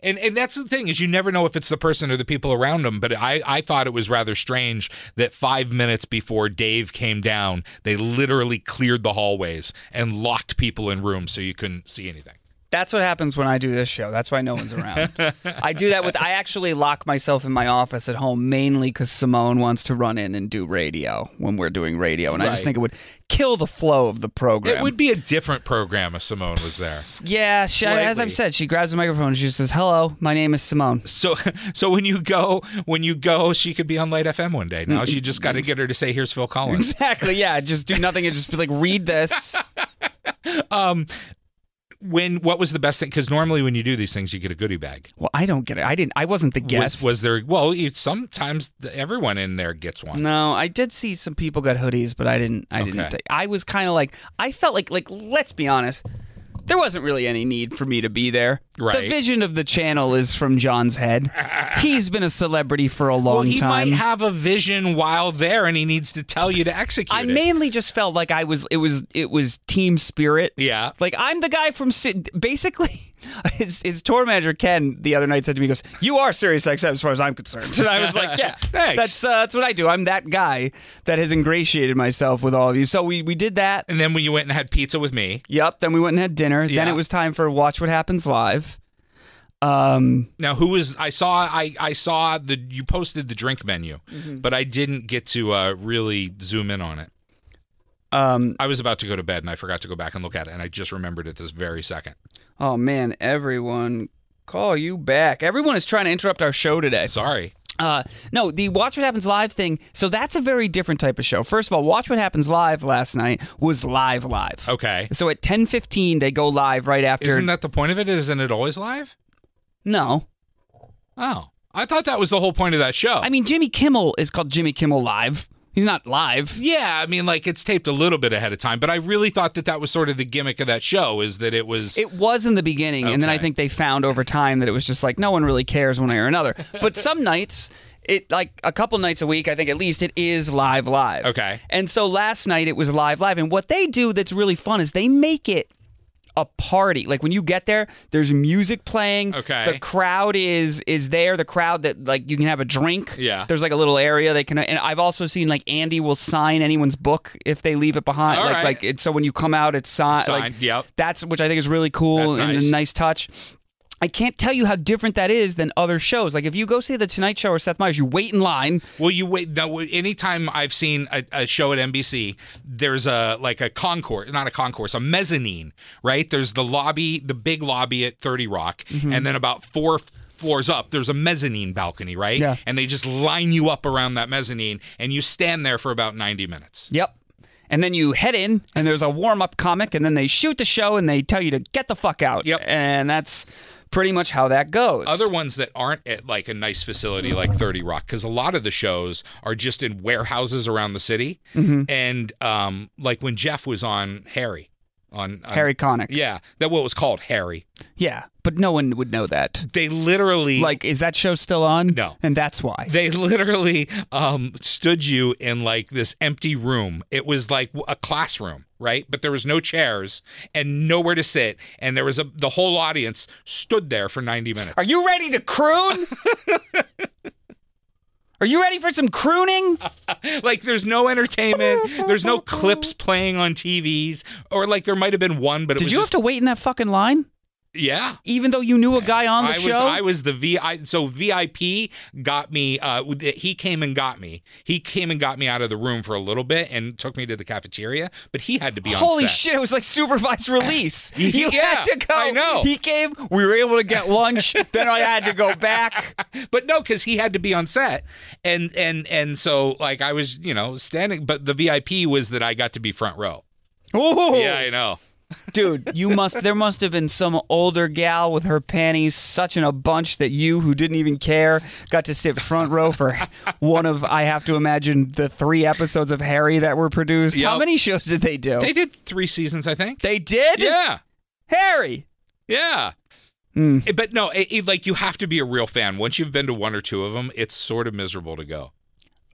Speaker 4: And, and that's the thing is you never know if it's the person or the people around them. But I, I thought it was rather strange that five minutes before Dave came down, they literally cleared the hallways and locked people in rooms so you couldn't see anything.
Speaker 3: That's what happens when I do this show. That's why no one's around. I do that with, I actually lock myself in my office at home mainly because Simone wants to run in and do radio when we're doing radio. And I
Speaker 4: Right.
Speaker 3: just think it would kill the flow of the program.
Speaker 4: It would be a different program if Simone was there.
Speaker 3: yeah. She, as
Speaker 4: Slightly.
Speaker 3: I've said, she grabs the microphone and she says, hello, my name is Simone.
Speaker 4: So so when you go when you go, she could be on Light FM one day. Now you just got to get her to say, "Here's Phil Collins."
Speaker 3: Exactly. Yeah. Just do nothing and just be like, read this.
Speaker 4: When what was the best thing? Because normally when you do these things, you get a goodie bag.
Speaker 3: Well, I don't get it. I didn't, I wasn't the guest.
Speaker 4: Was, was there? Well, you, sometimes everyone in there gets one.
Speaker 3: No, I did see some people got hoodies, but I didn't. I
Speaker 4: Okay.
Speaker 3: didn't. Take, I was kind of like, I felt like, like let's be honest, there wasn't really any need for me to be there. The
Speaker 4: Right.
Speaker 3: vision of the channel is from John's head. He's been a celebrity for a long
Speaker 4: well, he
Speaker 3: time.
Speaker 4: might have a vision while there, and he needs to tell you to execute
Speaker 3: I
Speaker 4: it.
Speaker 3: mainly just felt like I was it was it was team spirit.
Speaker 4: Yeah.
Speaker 3: Like I'm the guy from Si- basically his, his tour manager Ken the other night said to me he goes, "You are Sirius XM as far as I'm concerned." And I was like, "Yeah.
Speaker 4: Thanks.
Speaker 3: That's uh, that's what I do. I'm that guy that has ingratiated myself with all of you." So we we did that.
Speaker 4: And then when you went and had pizza with me,
Speaker 3: Yep, then we went and had dinner. Then
Speaker 4: Yeah.
Speaker 3: it was time for Watch What Happens Live. Um
Speaker 4: now who was I saw I I saw the you posted the drink menu,
Speaker 3: Mm-hmm.
Speaker 4: but I didn't get to uh, really zoom in on it.
Speaker 3: um
Speaker 4: I was about to go to bed and I forgot to go back and look at it, and I just remembered it this very second.
Speaker 3: oh man, everyone call you back. Everyone is trying to interrupt our show today.
Speaker 4: Sorry.
Speaker 3: Uh, no, the Watch What Happens Live thing. So that's a very different type of show. First of all, Watch What Happens Live last night was live, live.
Speaker 4: Okay.
Speaker 3: So at ten fifteen, they go live right after.
Speaker 4: Isn't that the point of it? Isn't it always live?
Speaker 3: no,
Speaker 4: Oh, I thought that was the whole point of that show.
Speaker 3: I mean Jimmy Kimmel is called Jimmy Kimmel Live. He's not live.
Speaker 4: yeah, I mean, like it's taped a little bit ahead of time, but I really thought that that was sort of the gimmick of that show is that it was.
Speaker 3: It was in the beginning, and then I
Speaker 4: Okay.
Speaker 3: think they found over time that it was just like no one really cares one way or another. But some nights, it like a couple nights a week, I think at least it is live, live.
Speaker 4: Okay.
Speaker 3: And so last night it was live, live, and what they do that's really fun is they make it a party. Like when you get there, there's music playing.
Speaker 4: Okay.
Speaker 3: The crowd is is there. The crowd that like you can have a drink.
Speaker 4: Yeah.
Speaker 3: There's like a little area they can. And I've also seen like Andy will sign anyone's book if they leave it behind.
Speaker 4: All
Speaker 3: like
Speaker 4: right.
Speaker 3: like it's so when you come out, it's signed. Like,
Speaker 4: Signed, yep.
Speaker 3: That's which I think is really cool
Speaker 4: That's
Speaker 3: and
Speaker 4: nice.
Speaker 3: a nice touch. I can't tell you how different that is than other shows. Like if you go see the Tonight Show or Seth Meyers, you wait in line.
Speaker 4: Well, you wait. No, anytime I've seen a, a show at NBC, there's a like a concourse, not a concourse, a mezzanine, right? There's the lobby, the big lobby at 30 Rock, and then about four f- floors up, there's a mezzanine balcony, right?
Speaker 3: Yeah.
Speaker 4: And they just line you up around that mezzanine, and you stand there for about 90 minutes.
Speaker 3: Yep. And then you head in, and there's a warm up comic, and then they shoot the show, and they tell you to get the fuck out.
Speaker 4: Yep.
Speaker 3: And that's pretty much how that goes.
Speaker 4: Other ones that aren't at like a nice facility like 30 Rock, because a lot of the shows are just in warehouses around the city. And um, like when Jeff was on Harry, on, uh, on
Speaker 3: Harry Connick.
Speaker 4: Yeah, that what was called Harry.
Speaker 3: Yeah, but no one would know that.
Speaker 4: They literally
Speaker 3: Like, is that show still on?
Speaker 4: No.
Speaker 3: And that's why.
Speaker 4: they literally um, stood you in like this empty room. It was like a classroom, right? But there was no chairs and nowhere to sit, and there was a the whole audience stood there for ninety minutes.
Speaker 3: Are you ready to croon? Are you ready for some crooning?
Speaker 4: like there's no entertainment, there's no clips playing on TVs, or like there might have been one, but it
Speaker 3: Did
Speaker 4: was
Speaker 3: you
Speaker 4: just,
Speaker 3: have to wait in that fucking line?
Speaker 4: yeah.
Speaker 3: Even though you knew a guy on the
Speaker 4: I was
Speaker 3: show?
Speaker 4: I was the VI so VIP got me uh with- he came and got me. He came and got me out of the room for a little bit and took me to the cafeteria, but he had to be on
Speaker 3: Holy
Speaker 4: set.
Speaker 3: shit, it was like supervised release. You
Speaker 4: Yeah,
Speaker 3: had to go.
Speaker 4: I know.
Speaker 3: He came, we were able to get lunch, then I had to go back.
Speaker 4: But no, because he had to be on set, and and and so like I was, you know, standing. But the VIP was that I got to be front row.
Speaker 3: Ooh.
Speaker 4: Yeah, I know.
Speaker 3: Dude, you must there must have been some older gal with her panties such in a bunch that you who didn't even care got to sit front row for one of I have to imagine the 3 episodes of Harry that were produced. How
Speaker 4: Yep.
Speaker 3: many shows did they do?
Speaker 4: They did three seasons, I think.
Speaker 3: They did?
Speaker 4: Yeah,
Speaker 3: Harry.
Speaker 4: yeah.
Speaker 3: Hmm.
Speaker 4: Eh, But no, it, it- like you have to be a real fan. Once you've been to one or two of them, it's sort of miserable to go.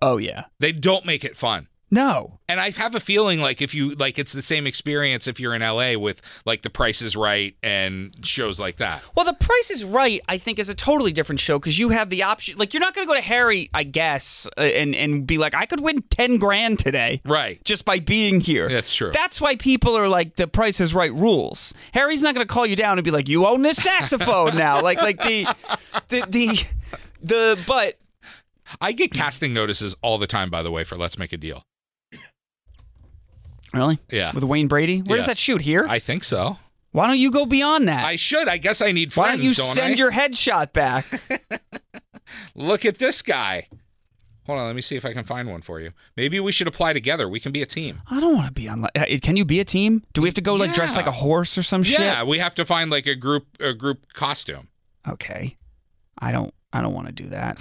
Speaker 3: Oh yeah.
Speaker 4: They don't make it fun.
Speaker 3: No.
Speaker 4: And I have a feeling like if you like, it's the same experience if you're in LA with like The Price is Right and shows like that.
Speaker 3: Well, The Price is Right, I think, is a totally different show because you have the option. Like, you're not going to go to Harry, I guess, uh, and and be like, I could win ten grand today,
Speaker 4: Right.
Speaker 3: Just by being here.
Speaker 4: That's true.
Speaker 3: That's why people are like, The Price is Right rules. Harry's not going to call you down and be like, you own this saxophone now. Like, like the, the the the but.
Speaker 4: I get casting notices all the time, by the way, for Let's Make a Deal.
Speaker 3: Really?
Speaker 4: Yeah.
Speaker 3: With Wayne Brady, where does
Speaker 4: Yes.
Speaker 3: that shoot here?
Speaker 4: I think so.
Speaker 3: why don't you go beyond that?
Speaker 4: I should. I guess I need friends.
Speaker 3: Uh, why don't you
Speaker 4: don't
Speaker 3: send
Speaker 4: I?
Speaker 3: your headshot back?
Speaker 4: Look at this guy. Hold on. Let me see if I can find one for you. Maybe we should apply together. We can be a team.
Speaker 3: I don't want to be on. li- uh, Can you be a team? Do we have to go like dressed
Speaker 4: Yeah.
Speaker 3: like a horse or some shit?
Speaker 4: Yeah, we have to find like a group a group costume.
Speaker 3: okay i don't i don't want to do that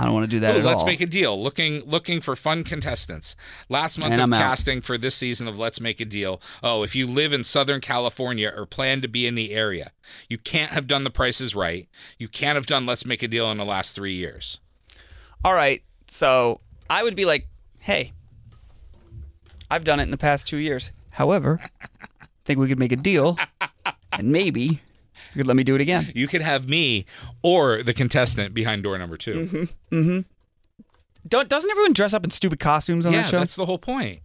Speaker 3: I don't want to do that
Speaker 4: Ooh,
Speaker 3: at
Speaker 4: let's
Speaker 3: all.
Speaker 4: make a deal. Looking looking for fun contestants. Last month
Speaker 3: And
Speaker 4: of
Speaker 3: I'm out.
Speaker 4: casting for this season of Let's Make a Deal. Oh, if you live in Southern California or plan to be in the area, you can't have done The Price is Right. You can't have done Let's Make a Deal in the last three years.
Speaker 3: all right, so I would be like, hey, I've done it in the past two years. However, I think we could make a deal, and maybe you could let me do it again.
Speaker 4: You could have me or the contestant behind door number 2
Speaker 3: Mm-hmm. Don't, doesn't everyone dress up in stupid costumes on
Speaker 4: Yeah,
Speaker 3: that show?
Speaker 4: that's the whole point.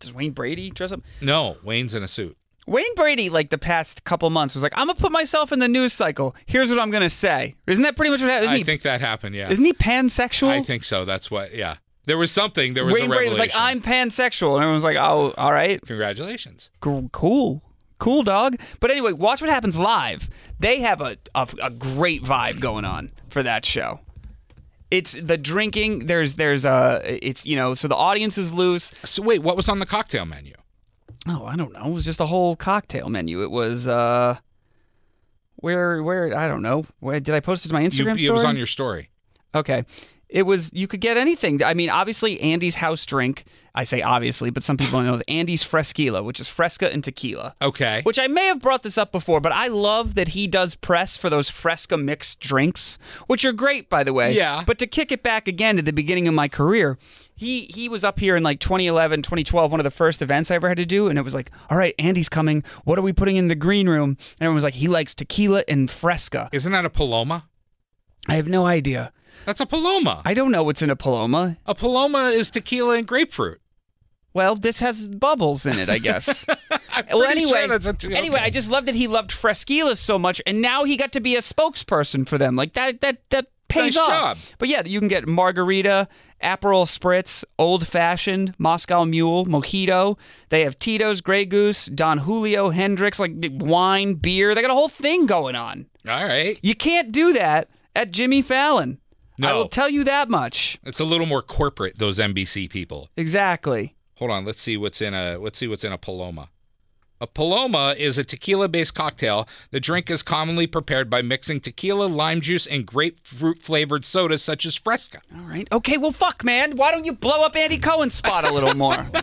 Speaker 3: Does Wayne Brady dress up?
Speaker 4: No, Wayne's in a suit.
Speaker 3: Wayne Brady, like the past couple months, was like, "I'm gonna put myself in the news cycle. Here's what I'm gonna say." Isn't that pretty much what happened? Isn't
Speaker 4: I
Speaker 3: he?
Speaker 4: think that happened. Yeah,
Speaker 3: isn't he pansexual?
Speaker 4: I think so. That's what. Yeah, there was something. There was a
Speaker 3: Wayne
Speaker 4: revelation.
Speaker 3: Brady was like, "I'm pansexual," and everyone's like, "Oh, all right,
Speaker 4: Congratulations.
Speaker 3: G- cool, cool, dog." But anyway, watch what happens live. They have a, a a great vibe going on for that show. It's the drinking. There's there's a it's you know so the audience is loose.
Speaker 4: So wait, what was on the cocktail menu?
Speaker 3: Oh, I don't know. It was just a whole cocktail menu. It was uh where where I don't know. Where did I post it to my
Speaker 4: You,
Speaker 3: Instagram story?
Speaker 4: it was on your story.
Speaker 3: Okay. It was you could get anything. I mean, obviously Andy's house drink. I say obviously, but some people know is Andy's Fresquila, which is fresca and tequila.
Speaker 4: Okay.
Speaker 3: Which I may have brought this up before, but I love that he does press for those fresca mixed drinks, which are great, by the way.
Speaker 4: Yeah.
Speaker 3: But to kick it back again to the beginning of my career, he he was up here in like 2011, 2012, one of the first events I ever had to do, and it was like, all right, Andy's coming. What are we putting in the green room? And everyone was like, he likes tequila and fresca.
Speaker 4: Isn't that a paloma?
Speaker 3: I have no idea.
Speaker 4: That's a paloma.
Speaker 3: I don't know what's in a Paloma.
Speaker 4: A paloma is tequila and grapefruit.
Speaker 3: Well, this has bubbles in it, I guess.
Speaker 4: I'm
Speaker 3: well,
Speaker 4: pretty
Speaker 3: anyway,
Speaker 4: sure that's a te-
Speaker 3: anyway, I just love that he loved Fresquila so much, and now he got to be a spokesperson for them. Like that, that, that pays
Speaker 4: Nice
Speaker 3: off.
Speaker 4: job.
Speaker 3: But yeah, you can get margarita, Aperol spritz, old fashioned, Moscow Mule, mojito. They have Tito's, Grey Goose, Don Julio, Hendrix, like wine, beer. They got a whole thing going on.
Speaker 4: All right.
Speaker 3: You can't do that at Jimmy Fallon. I
Speaker 4: No.
Speaker 3: will tell you that much.
Speaker 4: It's a little more corporate. Those NBC people.
Speaker 3: Exactly.
Speaker 4: Hold on. Let's see what's in a. Let's see what's in a paloma. A paloma is a tequila-based cocktail. The drink is commonly prepared by mixing tequila, lime juice, and grapefruit-flavored sodas such as Fresca.
Speaker 3: All right. Okay. Well, fuck, man. Why don't you blow up Andy Cohen's spot a little more?
Speaker 4: I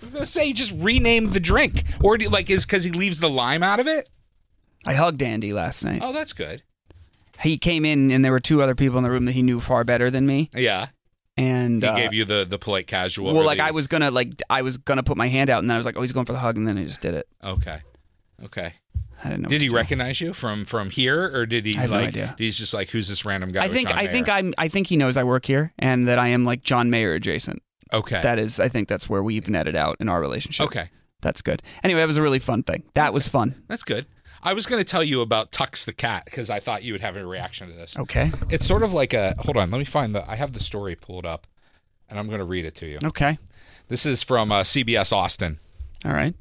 Speaker 4: was gonna say you just renamed the drink, or do, like is because he leaves the lime out of it?
Speaker 3: I hugged Andy last night.
Speaker 4: Oh, that's good.
Speaker 3: He came in, and there were two other people in the room that he knew far better than me.
Speaker 4: Yeah,
Speaker 3: And
Speaker 4: he
Speaker 3: uh,
Speaker 4: gave you the the polite casual.
Speaker 3: well,
Speaker 4: or
Speaker 3: like
Speaker 4: the-
Speaker 3: I was gonna like I was gonna put my hand out, and then I was like, oh, he's going for the hug, and then I just did it.
Speaker 4: Okay, okay.
Speaker 3: I didn't know. what
Speaker 4: Did he
Speaker 3: to do.
Speaker 4: recognize you from from here, or did he
Speaker 3: I have no
Speaker 4: like?
Speaker 3: idea.
Speaker 4: He's just like, who's this random guy?
Speaker 3: I
Speaker 4: with
Speaker 3: think
Speaker 4: John
Speaker 3: I think
Speaker 4: Mayer?
Speaker 3: I'm I think he knows I work here, and that I am like John Mayer adjacent.
Speaker 4: okay.
Speaker 3: That is, I think that's where we've netted out in our relationship.
Speaker 4: Okay,
Speaker 3: that's good. Anyway, that was a really fun thing. That was fun.
Speaker 4: that's good. I was gonna tell you about Tux the cat because I thought you would have a reaction to this.
Speaker 3: Okay.
Speaker 4: It's sort of like a. Hold on, let me find the. I have the story pulled up, and I'm gonna read it to you.
Speaker 3: Okay.
Speaker 4: This is from uh, CBS Austin.
Speaker 3: All right.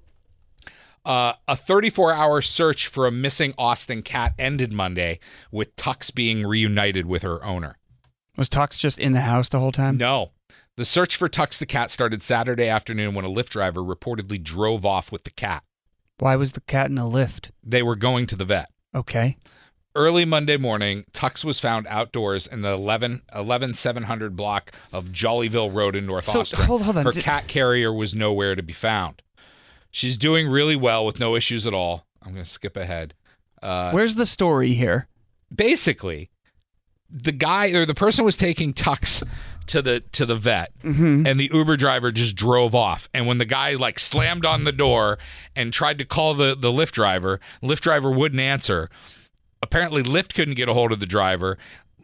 Speaker 4: Uh, a 34 hour search for a missing Austin cat ended Monday with Tux being reunited with her owner.
Speaker 3: Was Tox just in the house the whole time?
Speaker 4: No. The search for Tux the cat started Saturday afternoon when a Lyft driver reportedly drove off with the cat.
Speaker 3: Why was the cat in a lift?
Speaker 4: They were going to the vet.
Speaker 3: Okay.
Speaker 4: Early Monday morning, Tux was found outdoors in the 11, 11700 block of Jollyville Road in North
Speaker 3: So,
Speaker 4: Austin.
Speaker 3: hold- hold on.
Speaker 4: Her
Speaker 3: Did-
Speaker 4: cat carrier was nowhere to be found. She's doing really well with no issues at all. I'm going to skip ahead. Uh,
Speaker 3: Where's the story here?
Speaker 4: basically the guy or the person was taking tux to the to the vet and the uber driver just drove off and when the guy like slammed on the door and tried to call the the lyft driver lyft driver wouldn't answer apparently lyft couldn't get a hold of the driver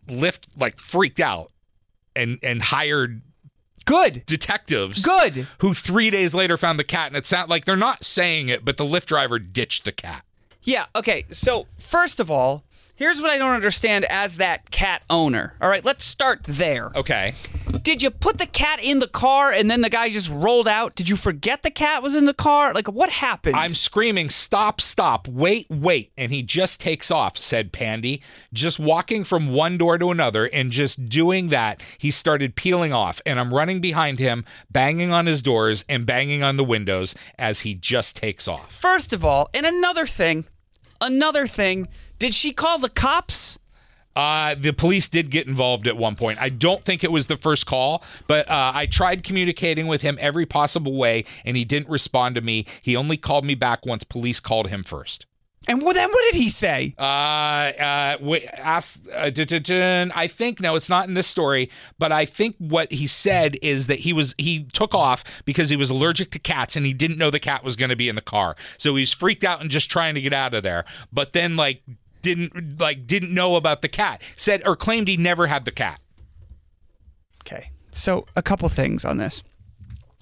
Speaker 4: lyft like freaked out and and hired
Speaker 3: Good.
Speaker 4: detectives
Speaker 3: Good.
Speaker 4: who three days later found the cat and it sound like they're not saying it but the lyft driver ditched the cat
Speaker 3: Yeah, okay. So, first of all, here's what I don't understand as that cat owner. All right, let's start there.
Speaker 4: okay
Speaker 3: Did you put the cat in the car and then the guy just rolled out? Did you forget the cat was in the car? Like, what happened?
Speaker 4: I'm screaming, stop, stop, wait, wait. And he just takes off, said Pandy. Just walking from one door to another and just doing that, he started peeling off. And I'm running behind him, banging on his doors and banging on the windows as he just takes off.
Speaker 3: First of all, and another thing, another thing, did she call the cops?
Speaker 4: Uh, the police did get involved at one point. I don't think it was the first call, but uh, I tried communicating with him every possible way, and he didn't respond to me. He only called me back once police called him first.
Speaker 3: And well, then what did he say?
Speaker 4: Uh, uh, wait, ask, uh, dun, dun, dun. I think no, it's not in this story, but I think what he said is that he was he took off because he was allergic to cats and he didn't know the cat was going to be in the car, so he was freaked out and just trying to get out of there. But then like didn't like didn't know about the cat said or claimed he never had the cat.
Speaker 3: Okay. So a couple things on this.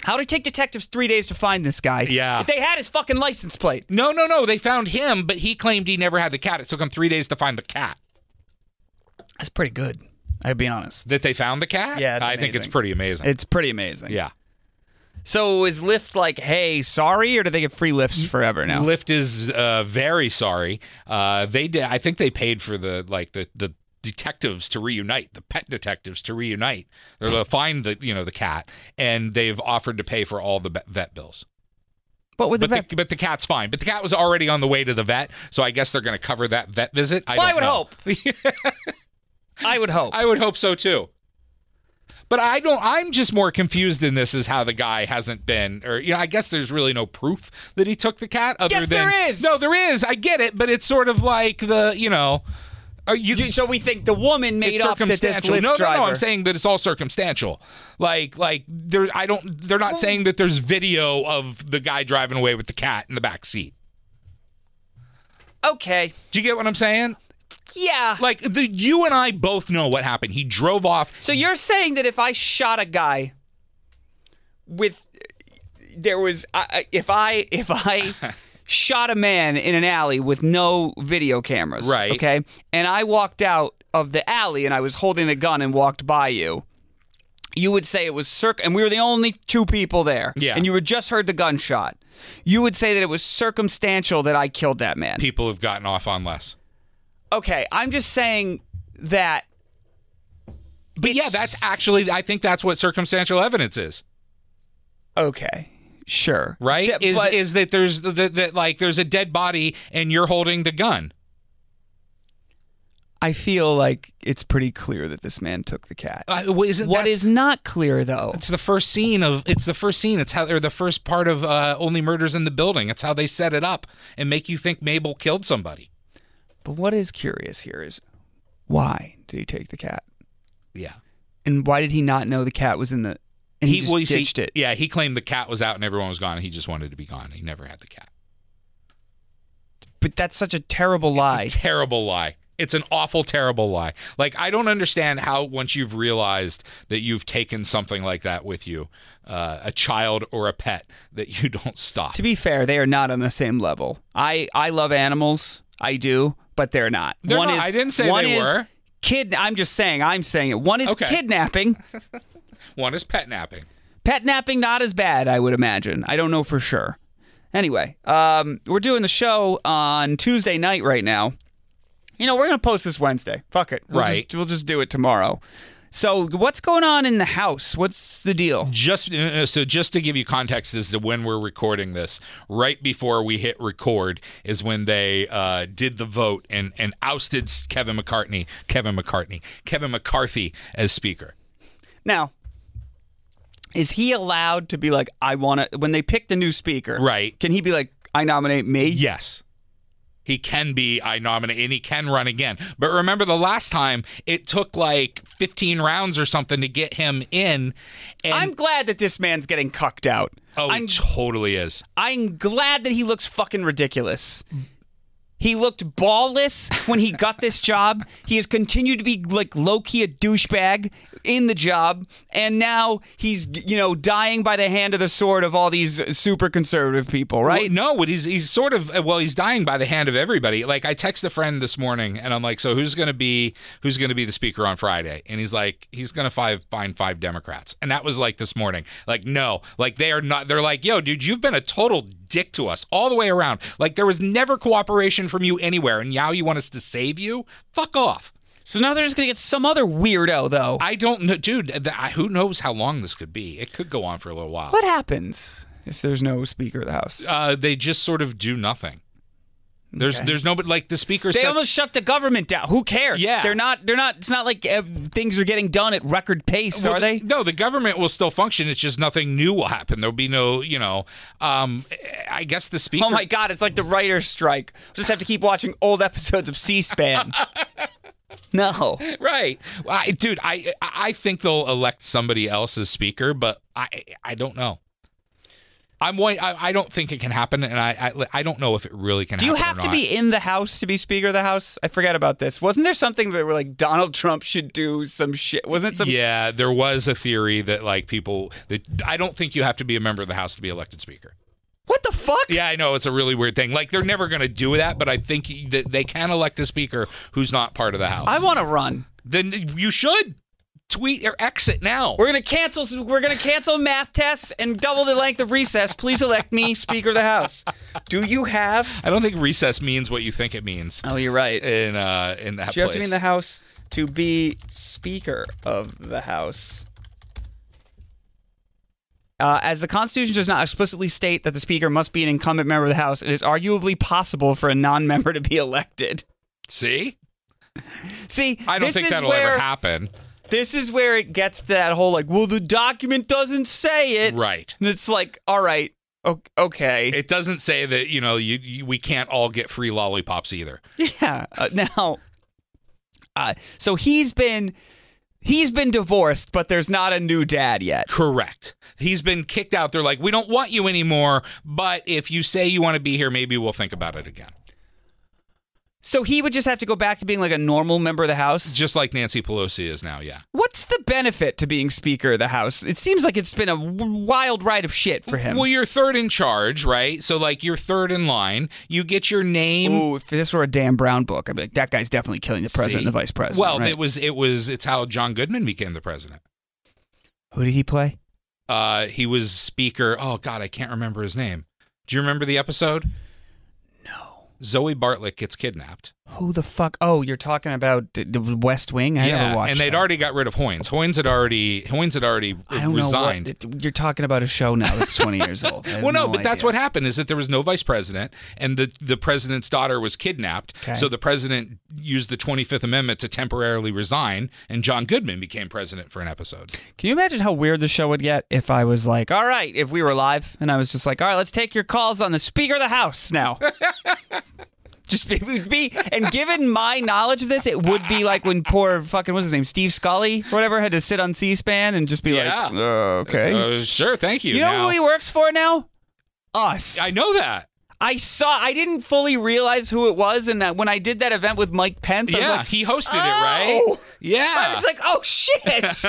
Speaker 3: How did it take detectives three days to find this guy?
Speaker 4: Yeah.
Speaker 3: If they had his fucking license plate.
Speaker 4: No, no, no. They found him, but he claimed he never had the cat. It took him three days to find the cat.
Speaker 3: That's pretty good. I'd be honest.
Speaker 4: That they found the cat.
Speaker 3: Yeah, it's
Speaker 4: I think it's
Speaker 3: amazing.
Speaker 4: pretty amazing.
Speaker 3: It's pretty amazing.
Speaker 4: yeah.
Speaker 3: So is Lyft like, hey, sorry, or do they get free lifts forever now?
Speaker 4: Lyft is uh, very sorry. Uh, they did. I think they paid for the like the the detectives to reunite, the pet detectives to reunite, or to find the you know the cat, and they've offered to pay for all the vet- vet bills.
Speaker 3: What would the
Speaker 4: But the,
Speaker 3: vet?
Speaker 4: but the cat's fine. But the cat was already on the way to the vet, so I guess they're going to cover that vet visit. I
Speaker 3: well, I
Speaker 4: don't
Speaker 3: would
Speaker 4: know.
Speaker 3: hope. I would hope.
Speaker 4: I would hope so too. But I don't. I'm just more confused in this is how the guy hasn't been, or you know, I guess there's really no proof that he took the cat. Other than
Speaker 3: Yes, there is!
Speaker 4: no, there is. I get it, but it's sort of like the you know, are you?
Speaker 3: You- so we think the woman made
Speaker 4: it's
Speaker 3: up that this
Speaker 4: circumstantial.
Speaker 3: Lyft
Speaker 4: no, no,
Speaker 3: driver.
Speaker 4: no. I'm saying that it's all circumstantial. Like, like there. I don't. They're not saying that there's video of the guy driving away with the cat in the back seat.
Speaker 3: okay.
Speaker 4: Do you get what I'm saying?
Speaker 3: Yeah.
Speaker 4: Like, the, you and I both know what happened. He drove off.
Speaker 3: So you're saying that if I shot a guy with there was I- I if I if I shot a man in an alley with no video cameras,
Speaker 4: Right.
Speaker 3: Okay, and I walked out of the alley and I was holding a gun and walked by you. You would say it was circ, and we were the only two people there.
Speaker 4: Yeah.
Speaker 3: and you had just heard the gunshot. You would say that it was circumstantial that I killed that man.
Speaker 4: People have gotten off on less.
Speaker 3: Okay, I'm just saying that.
Speaker 4: But yeah, that's actually I think that's what circumstantial evidence is,
Speaker 3: Okay, sure.
Speaker 4: right?
Speaker 3: That-
Speaker 4: is
Speaker 3: but-
Speaker 4: is that there's that, that like there's a dead body and you're holding the gun.
Speaker 3: I feel like it's pretty clear that this man took the cat.
Speaker 4: Uh, well, isn't
Speaker 3: What
Speaker 4: that's-
Speaker 3: is not clear, though,
Speaker 4: It's the first scene of it's the first scene. It's how or the first part of uh, Only Murders in the Building. It's how they set it up and make you think Mabel killed somebody.
Speaker 3: but what is curious here is why did he take the cat,
Speaker 4: Yeah,
Speaker 3: and why did he not know the cat was in the and he, just
Speaker 4: well, you see,
Speaker 3: ditched it?
Speaker 4: Yeah, he claimed the cat was out and everyone was gone. and He just wanted to be gone. He never had the cat.
Speaker 3: But that's such a terrible lie.
Speaker 4: It's a terrible lie. It's an awful, terrible lie. Like I don't understand how once you've realized that you've taken something like that with you, uh, a child or a pet, that you don't stop.
Speaker 3: to be fair, they are not on the same level. I I love animals, I do, but they're not.
Speaker 4: They're
Speaker 3: one
Speaker 4: not.
Speaker 3: is
Speaker 4: I didn't say
Speaker 3: one
Speaker 4: they
Speaker 3: is
Speaker 4: were.
Speaker 3: Kid, I'm just saying. I'm saying it. One is
Speaker 4: Okay.
Speaker 3: kidnapping.
Speaker 4: One is pet napping.
Speaker 3: Pet napping not as bad, I would imagine. I don't know for sure. Anyway, um, we're doing the show on Tuesday night right now. You know, we're gonna post this Wednesday. Fuck it. We'll
Speaker 4: Right.
Speaker 3: Just, we'll just do it tomorrow. So, what's going on in the house? What's the deal?
Speaker 4: Just uh, so, just to give you context as to when we're recording this, right before we hit record is when they uh, did the vote and and ousted Kevin McCartney, Kevin McCartney, Kevin McCarthy as speaker.
Speaker 3: Now, is he allowed to be like, I want to? When they pick the new speaker,
Speaker 4: Right.
Speaker 3: Can he be like, I nominate me?
Speaker 4: Yes. He can be, I nominate, and he can run again. But remember the last time it took like 15 rounds or something to get him in. And
Speaker 3: I'm glad that this man's getting cucked out.
Speaker 4: oh,
Speaker 3: I'm
Speaker 4: he totally is.
Speaker 3: I'm glad that he looks fucking ridiculous. He looked ballless when he got this job. He has continued to be like low key a douchebag in the job, and now he's you know dying by the hand of the sword of all these super conservative people, right?
Speaker 4: Well, no, but he's he's sort of well, he's dying by the hand of everybody. Like I text a friend this morning, and I'm like, so who's gonna be who's gonna be the speaker on Friday? And he's like, he's gonna five, find five Democrats, and that was like this morning. Like no, like they are not. They're like, yo, dude, you've been a total dick to us all the way around. Like there was never cooperation from you anywhere, and now you want us to save you? Fuck off.
Speaker 3: So now they're just gonna get some other weirdo though.
Speaker 4: I don't know, dude. th- I- who knows how long this could be? It could go on for a little while.
Speaker 3: what happens if there's no Speaker of the House?
Speaker 4: Uh, they just sort of do nothing. There's there's no but like the speaker
Speaker 3: They
Speaker 4: sets-
Speaker 3: almost shut the government down. Who cares?
Speaker 4: Yeah.
Speaker 3: they're not. They're not. It's not like uh, things are getting done at record pace,
Speaker 4: Well,
Speaker 3: are
Speaker 4: the-
Speaker 3: they?
Speaker 4: No, the government will still function. It's just nothing new will happen. There'll be no, you know, um, I guess the speaker.
Speaker 3: Oh my God! It's like the writer's strike. We'll just have to keep watching old episodes of C-SPAN. no,
Speaker 4: Right, I, dude. I I think they'll elect somebody else as speaker, but I I don't know. I'm one. I, I don't think it can happen, and I, I I don't know if it really can.
Speaker 3: do you
Speaker 4: happen or
Speaker 3: have to
Speaker 4: not.
Speaker 3: be in the House to be Speaker of the House? I forget about this. Wasn't there something that were like Donald Trump should do some shit? Wasn't it some?
Speaker 4: Yeah, there was a theory that like people that I don't think you have to be a member of the House to be elected speaker.
Speaker 3: What the fuck?
Speaker 4: Yeah, I know it's a really weird thing. Like they're never going to do that, but I think that they can elect a speaker who's not part of the House.
Speaker 3: I want to run.
Speaker 4: then you should tweet or exit now.
Speaker 3: We're gonna cancel. We're gonna cancel math tests and double the length of recess. Please elect me Speaker of the House. Do you have?
Speaker 4: I don't think recess means what you think it means
Speaker 3: Oh, you're right.
Speaker 4: in uh in that
Speaker 3: Do you have
Speaker 4: place.
Speaker 3: to be in the House to be Speaker of the House? Uh, as the Constitution does not explicitly state that the Speaker must be an incumbent member of the House, it is arguably possible for a non-member to be elected.
Speaker 4: See?
Speaker 3: See,
Speaker 4: I don't
Speaker 3: this
Speaker 4: think
Speaker 3: is
Speaker 4: that'll
Speaker 3: where,
Speaker 4: ever happen.
Speaker 3: This is where it gets to that whole like, well, the document doesn't say it,
Speaker 4: Right.
Speaker 3: and it's like, all right, o- okay,
Speaker 4: It doesn't say that, you know, you, you we can't all get free lollipops either.
Speaker 3: Yeah. Uh, now, uh, so he's been he's been divorced, but there's not a new dad yet.
Speaker 4: Correct. He's been kicked out. They're like, "We don't want you anymore, but if you say you want to be here, maybe we'll think about it again."
Speaker 3: So he would just have to go back to being like a normal member of the House.
Speaker 4: Just like Nancy Pelosi is now, yeah.
Speaker 3: What's the benefit to being Speaker of the House? It seems like it's been a w- wild ride of shit for him.
Speaker 4: Well, you're third in charge, right? So like you're third in line. You get your name
Speaker 3: Ooh, if this were a Dan Brown book, I'd be like, that guy's definitely killing the president and the
Speaker 4: See?
Speaker 3: vice president.
Speaker 4: Well,
Speaker 3: right?
Speaker 4: it was it was it's how John Goodman became the president.
Speaker 3: who did he play?
Speaker 4: Uh, he was speaker. Oh God, I can't remember his name. Do you remember the episode? No. Zoe Bartlett gets kidnapped.
Speaker 3: Who the fuck? Oh, you're talking about the- the West Wing. I never watched.
Speaker 4: and they'd
Speaker 3: that.
Speaker 4: already got rid of Hoynes. Hoynes had already Hoynes had already
Speaker 3: I don't
Speaker 4: resigned.
Speaker 3: know what you're talking about. A show now that's 20 years old. I have
Speaker 4: well, no,
Speaker 3: no
Speaker 4: but that's
Speaker 3: idea.
Speaker 4: what happened is that there was no vice president, and the, the president's daughter was kidnapped.
Speaker 3: Okay.
Speaker 4: So the president used the 25th Amendment to temporarily resign, and John Goodman became president for an episode.
Speaker 3: Can you imagine how weird the show would get if I was like, all right, if we were live and I was just like, all right, let's take your calls on the Speaker of the House now. just be, would be, and given my knowledge of this, it would be like when poor fucking, what's his name, Steve Scully or whatever, had to sit on C SPAN and just be like,
Speaker 4: Yeah.
Speaker 3: "Uh, okay.
Speaker 4: Uh, sure, thank you.
Speaker 3: you know
Speaker 4: Now-
Speaker 3: who he works for now? Us.
Speaker 4: I know that.
Speaker 3: I saw, I didn't fully realize who it was. And uh, when I did that event with Mike Pence, I was
Speaker 4: yeah,
Speaker 3: like,
Speaker 4: he hosted it,
Speaker 3: "Oh!"
Speaker 4: right? Yeah.
Speaker 3: I was like, oh shit.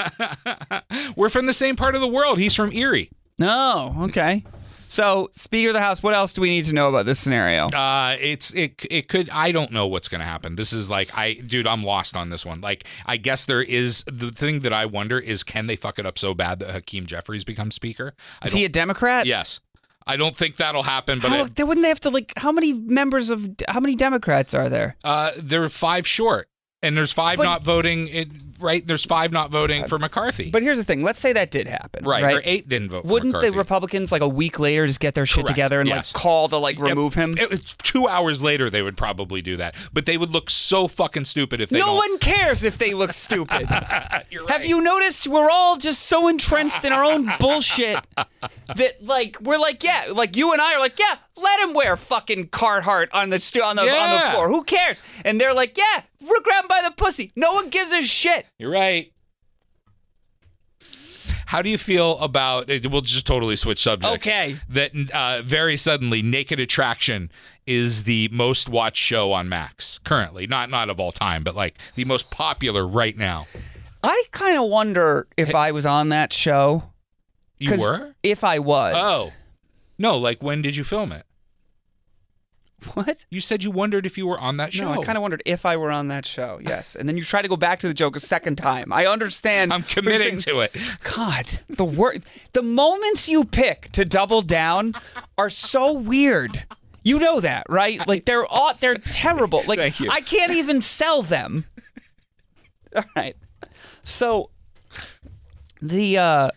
Speaker 4: We're from the same part of the world. He's from Erie.
Speaker 3: No. Okay. So, Speaker of the House, what else do we need to know about this scenario?
Speaker 4: Uh, it's it it could. I don't know what's going to happen. This is like I, dude, I'm lost on this one. Like I guess there is the thing that I wonder is can they fuck it up so bad that Hakeem Jeffries becomes speaker? I
Speaker 3: Is he a
Speaker 4: don't,
Speaker 3: Democrat?
Speaker 4: yes. I don't think that'll happen. But
Speaker 3: How,
Speaker 4: it-
Speaker 3: they wouldn't they have to like how many members of how many Democrats are there?
Speaker 4: uh, there are five short, and there's five
Speaker 3: But-
Speaker 4: not voting. It, right? There's five not voting for McCarthy.
Speaker 3: But here's the thing. Let's say that did happen,
Speaker 4: right,
Speaker 3: right?
Speaker 4: Or eight didn't vote.
Speaker 3: Wouldn't
Speaker 4: for McCarthy.
Speaker 3: the Republicans like a week later just get their shit
Speaker 4: Correct,
Speaker 3: together and
Speaker 4: yes.
Speaker 3: like call to like remove him?
Speaker 4: It was two hours later, they would probably do that, but they would look so fucking stupid if they.
Speaker 3: no
Speaker 4: don't.
Speaker 3: one cares if they look stupid.
Speaker 4: You're
Speaker 3: Have
Speaker 4: right.
Speaker 3: you noticed we're all just so entrenched in our own bullshit that like we're like yeah like you and I are like yeah let him wear fucking Carhartt on the stu- on the on the
Speaker 4: Yeah.
Speaker 3: floor who cares and they're like yeah we're grabbed by the pussy no one gives a shit
Speaker 4: You're right. How do you feel about? eh, We'll just totally switch subjects.
Speaker 3: Okay.
Speaker 4: That uh, very suddenly, Naked Attraction is the most watched show on Max currently. Not not of all time, but like the most popular right now.
Speaker 3: I kind of wonder if I was on that show
Speaker 4: You were?
Speaker 3: if I was
Speaker 4: Oh, no! Like when did you film it?
Speaker 3: what
Speaker 4: You said you wondered if you were on that show.
Speaker 3: no I kind of wondered if I were on that show yes and then you try to go back to the joke a second time I understand
Speaker 4: I'm
Speaker 3: what you're
Speaker 4: committing
Speaker 3: saying.
Speaker 4: to it.
Speaker 3: God, the word, the moments you pick to double down are so weird. You know that, right? Like they're all, they're terrible. Like
Speaker 4: Thank you.
Speaker 3: I can't even sell them. All right. So the uh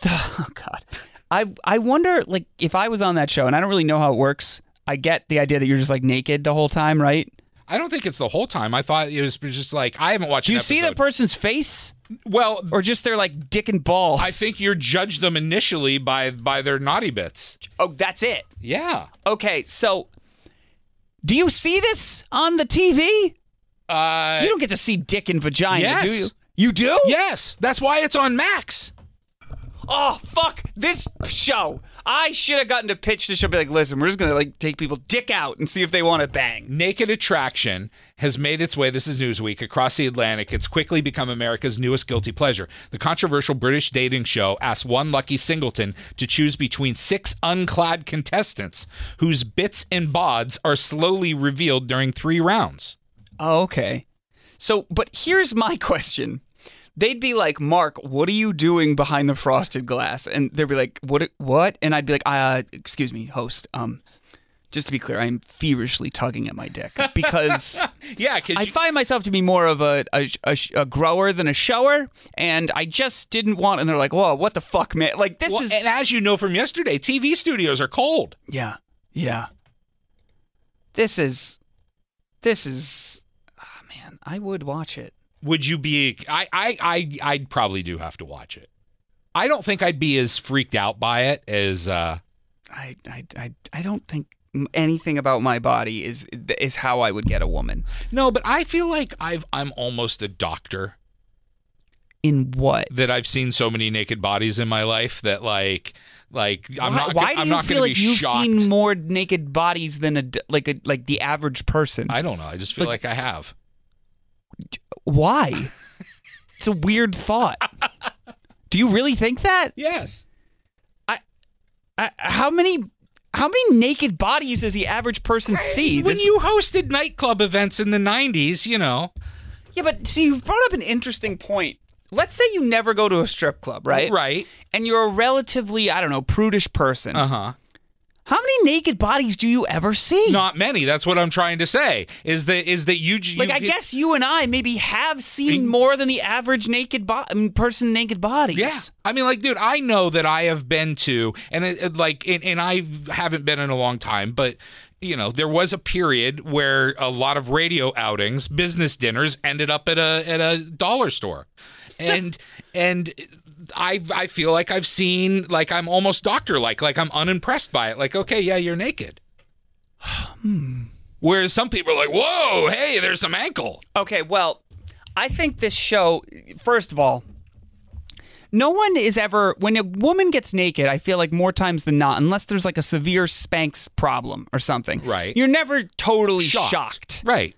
Speaker 3: the, oh god. I I wonder like if I was on that show and I don't really know how it works. I get the idea that you're just like naked the whole time, right?
Speaker 4: I don't think it's the whole time. I thought it was just like I haven't watched.
Speaker 3: Do you
Speaker 4: an
Speaker 3: see the
Speaker 4: episode.
Speaker 3: person's face
Speaker 4: well,
Speaker 3: or just their like dick and balls?
Speaker 4: I think you judge them initially by by their naughty bits.
Speaker 3: Oh, that's it.
Speaker 4: Yeah.
Speaker 3: Okay, so do you see this on the TV?
Speaker 4: Uh,
Speaker 3: You don't get to see dick and vagina,
Speaker 4: Yes.
Speaker 3: do you? You do?
Speaker 4: yes, that's why it's on Max.
Speaker 3: Oh fuck this show! I should have gotten to pitch this show. Be like, listen, we're just gonna like take people dick out and see if they want to bang.
Speaker 4: Naked Attraction has made its way, this is Newsweek, across the Atlantic. It's quickly become America's newest guilty pleasure. The controversial British dating show asked one lucky singleton to choose between six unclad contestants whose bits and bods are slowly revealed during three rounds.
Speaker 3: Oh, okay. So, but here's my question. They'd be like, Mark, what are you doing behind the frosted glass? And they'd be like, what? What? And I'd be like, uh, excuse me, host. Um, just to be clear, I'm feverishly tugging at my dick because
Speaker 4: Yeah, because
Speaker 3: I find myself to be more of a, a, a, a grower than a shower, and I just didn't want. And they're like, whoa, what the fuck, man? Like this is
Speaker 4: and as you know from yesterday, TV studios are cold.
Speaker 3: Yeah. Yeah. This is this is ah man, I would watch it.
Speaker 4: would you be I, I i i probably do have to watch it i don't think i'd be as freaked out by it as uh
Speaker 3: I I I, I don't think m- anything about my body is is how I would get a woman.
Speaker 4: no but i feel like i've i'm almost a doctor
Speaker 3: In what?
Speaker 4: that i've seen so many naked bodies in my life that like like i'm
Speaker 3: why
Speaker 4: not gonna-
Speaker 3: why do
Speaker 4: i'm
Speaker 3: you
Speaker 4: not
Speaker 3: feel
Speaker 4: gonna
Speaker 3: like
Speaker 4: be
Speaker 3: you've
Speaker 4: shocked
Speaker 3: seen more naked bodies than a d- like a like the average person?
Speaker 4: i don't know i just feel like i have
Speaker 3: Why? it's a weird thought. Do you really think that?
Speaker 4: yes
Speaker 3: I, how many how many naked bodies does the average person see?
Speaker 4: when
Speaker 3: That's-
Speaker 4: you hosted nightclub events in the 90s you know
Speaker 3: Yeah, but see, you've brought up an interesting point. Let's say you never go to a strip club, right?
Speaker 4: right
Speaker 3: And you're a relatively, I don't know, prudish person.
Speaker 4: uh-huh
Speaker 3: How many naked bodies do you ever see?
Speaker 4: not many that's what i'm trying to say is that is that you
Speaker 3: like, I
Speaker 4: you-
Speaker 3: guess you and I maybe have seen more than the average naked bo- I mean, person naked bodies.
Speaker 4: Yeah, I mean, like, dude, I know that I have been to, and it, it, like, and, and I haven't been in a long time, but you know, there was a period where a lot of radio outings, business dinners, ended up at a at a dollar store, and and. I I feel like I've seen like I'm almost doctor like like I'm unimpressed by it like okay yeah you're naked, Hmm. whereas some people are like whoa hey there's some ankle
Speaker 3: Okay, well, I think this show, first of all, no one is ever, when a woman gets naked, I feel like more times than not, unless there's like a severe Spanx problem or something.
Speaker 4: Right.
Speaker 3: You're never totally
Speaker 4: Shocked.
Speaker 3: shocked.
Speaker 4: right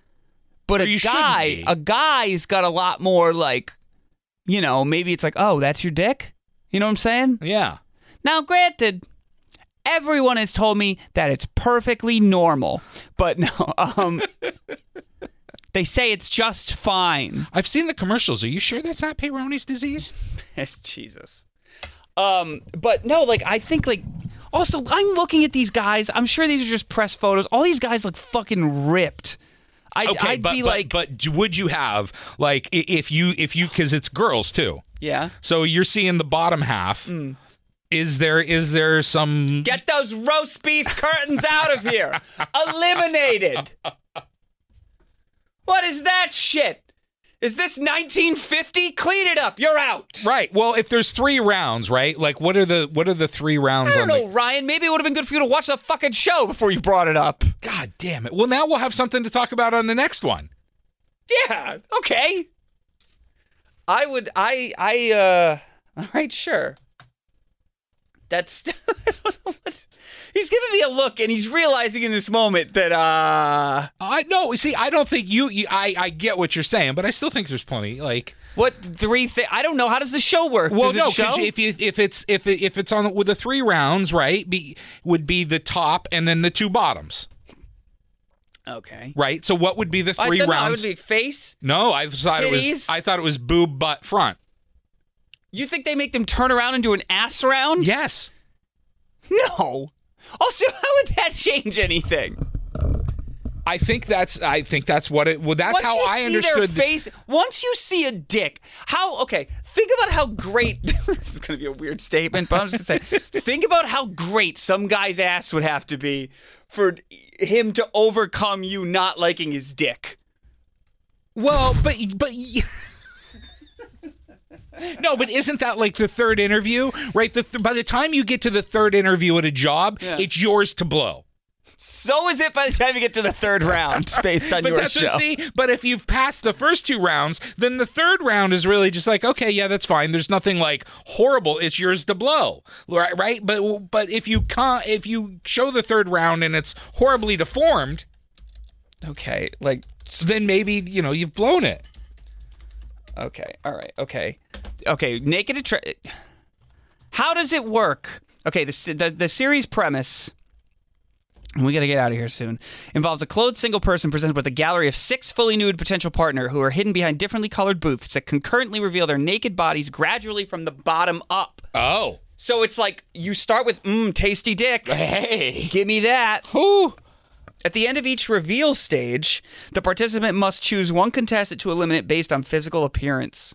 Speaker 3: But
Speaker 4: you
Speaker 3: a
Speaker 4: shouldn't
Speaker 3: guy,
Speaker 4: be.
Speaker 3: a guy's got a lot more like, you know, maybe it's like, oh, that's your dick. You know what I'm saying?
Speaker 4: yeah
Speaker 3: Now, granted, everyone has told me that it's perfectly normal, but no, um, they say it's just fine.
Speaker 4: I've seen the commercials are you sure that's not Peyronie's disease
Speaker 3: Jesus. Um, but no, like I think like also I'm looking at these guys. I'm sure these are just press photos. All these guys look fucking ripped. I'd,
Speaker 4: okay,
Speaker 3: I'd
Speaker 4: but,
Speaker 3: be
Speaker 4: but,
Speaker 3: like,
Speaker 4: but d- would you have like i- if you if you because it's girls too,
Speaker 3: yeah.
Speaker 4: so you're seeing the bottom half.
Speaker 3: Mm.
Speaker 4: Is there is there some
Speaker 3: Get those roast beef curtains out of here. Eliminated. What is that shit? Is this 1950? Clean it up. You're out.
Speaker 4: right? Well, if there's three rounds, right? Like, what are the what are the three rounds?
Speaker 3: I don't
Speaker 4: on
Speaker 3: know, Ryan. Maybe it would have been good for you to watch the fucking show before you brought it up.
Speaker 4: The, God damn it! Well, now we'll have something to talk about on the next one.
Speaker 3: Yeah. Okay. I would. I. I. uh All right. Sure. That's. I don't know what- he's giving me a look, and he's realizing in this moment that uh,
Speaker 4: I no, see, I don't think you. you I I get what you're saying, but I still think there's plenty. Like,
Speaker 3: what three thing? I don't know. How does the show work?
Speaker 4: Well,
Speaker 3: does
Speaker 4: no,
Speaker 3: it show?
Speaker 4: 'cause if you, if it's if it, if it's on with the three rounds, right, be, would be the top and then the two bottoms,
Speaker 3: okay.
Speaker 4: right? So what would be the three
Speaker 3: I thought
Speaker 4: rounds?
Speaker 3: I would be face.
Speaker 4: no, I thought it
Speaker 3: Titties?
Speaker 4: was I thought it was boob butt front.
Speaker 3: You think they make them turn around and do an ass round?
Speaker 4: Yes.
Speaker 3: No. Also, how would that change anything?
Speaker 4: I think that's I think that's what it well that's
Speaker 3: Once
Speaker 4: how
Speaker 3: you
Speaker 4: I
Speaker 3: see
Speaker 4: understood
Speaker 3: their face, once you see a dick, how okay? Think about how great this is going to be a weird statement, but I'm just going to say think about how great some guy's ass would have to be for him to overcome you not liking his dick.
Speaker 4: Well, but but No, but isn't that like the third interview? Right? The th- by the time you get to the third interview at a job,
Speaker 3: Yeah.
Speaker 4: it's yours to blow.
Speaker 3: So is it by the time you get to the third round based on
Speaker 4: But
Speaker 3: your
Speaker 4: that's
Speaker 3: show.
Speaker 4: what see. But if you've passed the first two rounds, then the third round is really just like, okay, yeah, that's fine. There's nothing like horrible. It's yours to blow, right? Right? But but if you con- if you show the third round and it's horribly deformed,
Speaker 3: Okay, like
Speaker 4: then maybe you know you've blown it.
Speaker 3: Okay. All right. Okay. Okay. Naked attract. How does it work? Okay. The the, the series premise. And we got to get out of here soon. Involves a clothed single person presented with a gallery of six fully nude potential partner who are hidden behind differently colored booths that concurrently reveal their naked bodies gradually from the bottom up.
Speaker 4: Oh,
Speaker 3: So it's like you start with mmm tasty dick.
Speaker 4: hey,
Speaker 3: Give me that.
Speaker 4: who?
Speaker 3: At the end of each reveal stage, the participant must choose one contestant to eliminate based on physical appearance.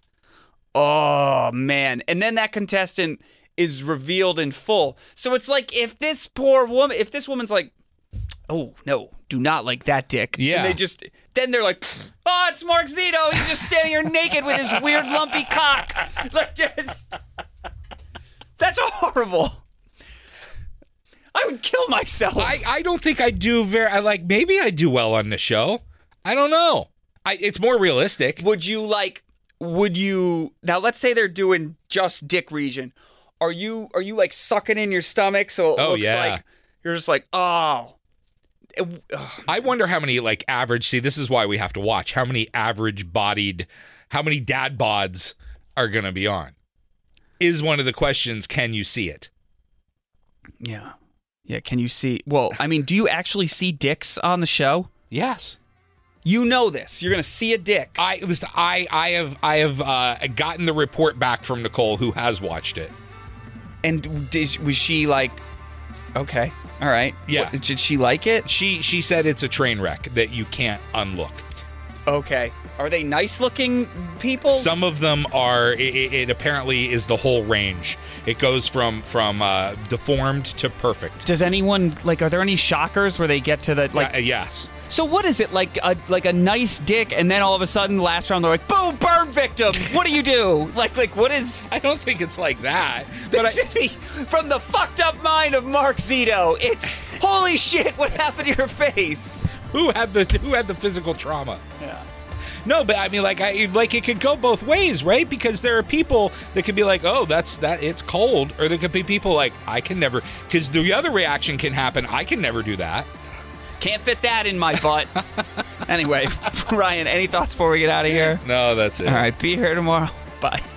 Speaker 3: Oh, man. And then that contestant is revealed in full. So it's like if this poor woman, if this woman's like, oh, no, do not like that dick.
Speaker 4: Yeah.
Speaker 3: And they just, then they're like, oh, it's Mark Zito. He's just standing here naked with his weird lumpy cock. Like, just, that's horrible. I would kill myself.
Speaker 4: I I don't think I do very. I like maybe I do well on the show. I don't know. I, it's more realistic.
Speaker 3: would you like would you now let's say they're doing just dick region are you are you like sucking in your stomach so it
Speaker 4: Oh,
Speaker 3: looks
Speaker 4: yeah.
Speaker 3: like you're just like oh It- ugh.
Speaker 4: I wonder how many like average. See, this is why we have to watch how many average bodied, how many dad bods are going to be on. Is one of the questions? Can you see it?
Speaker 3: yeah yeah can you see well i mean do you actually see dicks on the show
Speaker 4: Yes.
Speaker 3: you know this you're gonna see a dick
Speaker 4: I listen. I I have I have uh, gotten the report back from Nicole, who has watched it.
Speaker 3: and did was she like okay all right
Speaker 4: Yeah.
Speaker 3: What- did she like it
Speaker 4: She she said it's a train wreck that you can't unlook.
Speaker 3: okay are they nice looking people
Speaker 4: Some of them are. It, it, it apparently is the whole range. It goes from from uh, deformed to perfect.
Speaker 3: does anyone like are there any shockers where they get to the like
Speaker 4: Uh, yes.
Speaker 3: So what is it like a like a nice dick, and then all of a sudden last round they're like, boom, burn victim. What do you do? Like like what is?
Speaker 4: I don't think it's like that. But I,
Speaker 3: But from the fucked up mind of Mark Zito, it's holy shit! What happened to your face?
Speaker 4: who had the who had the physical trauma. Yeah. No, but I mean, like, I like it could go both ways, right? Because there are people that could be like, "Oh, that's that. It's cold," or there could be people like, "I can never." Because the other reaction can happen. I can never do that.
Speaker 3: Can't fit that in my butt. anyway, Ryan, any thoughts before we get out of here?
Speaker 4: No, that's it.
Speaker 3: All right, be here tomorrow. Bye.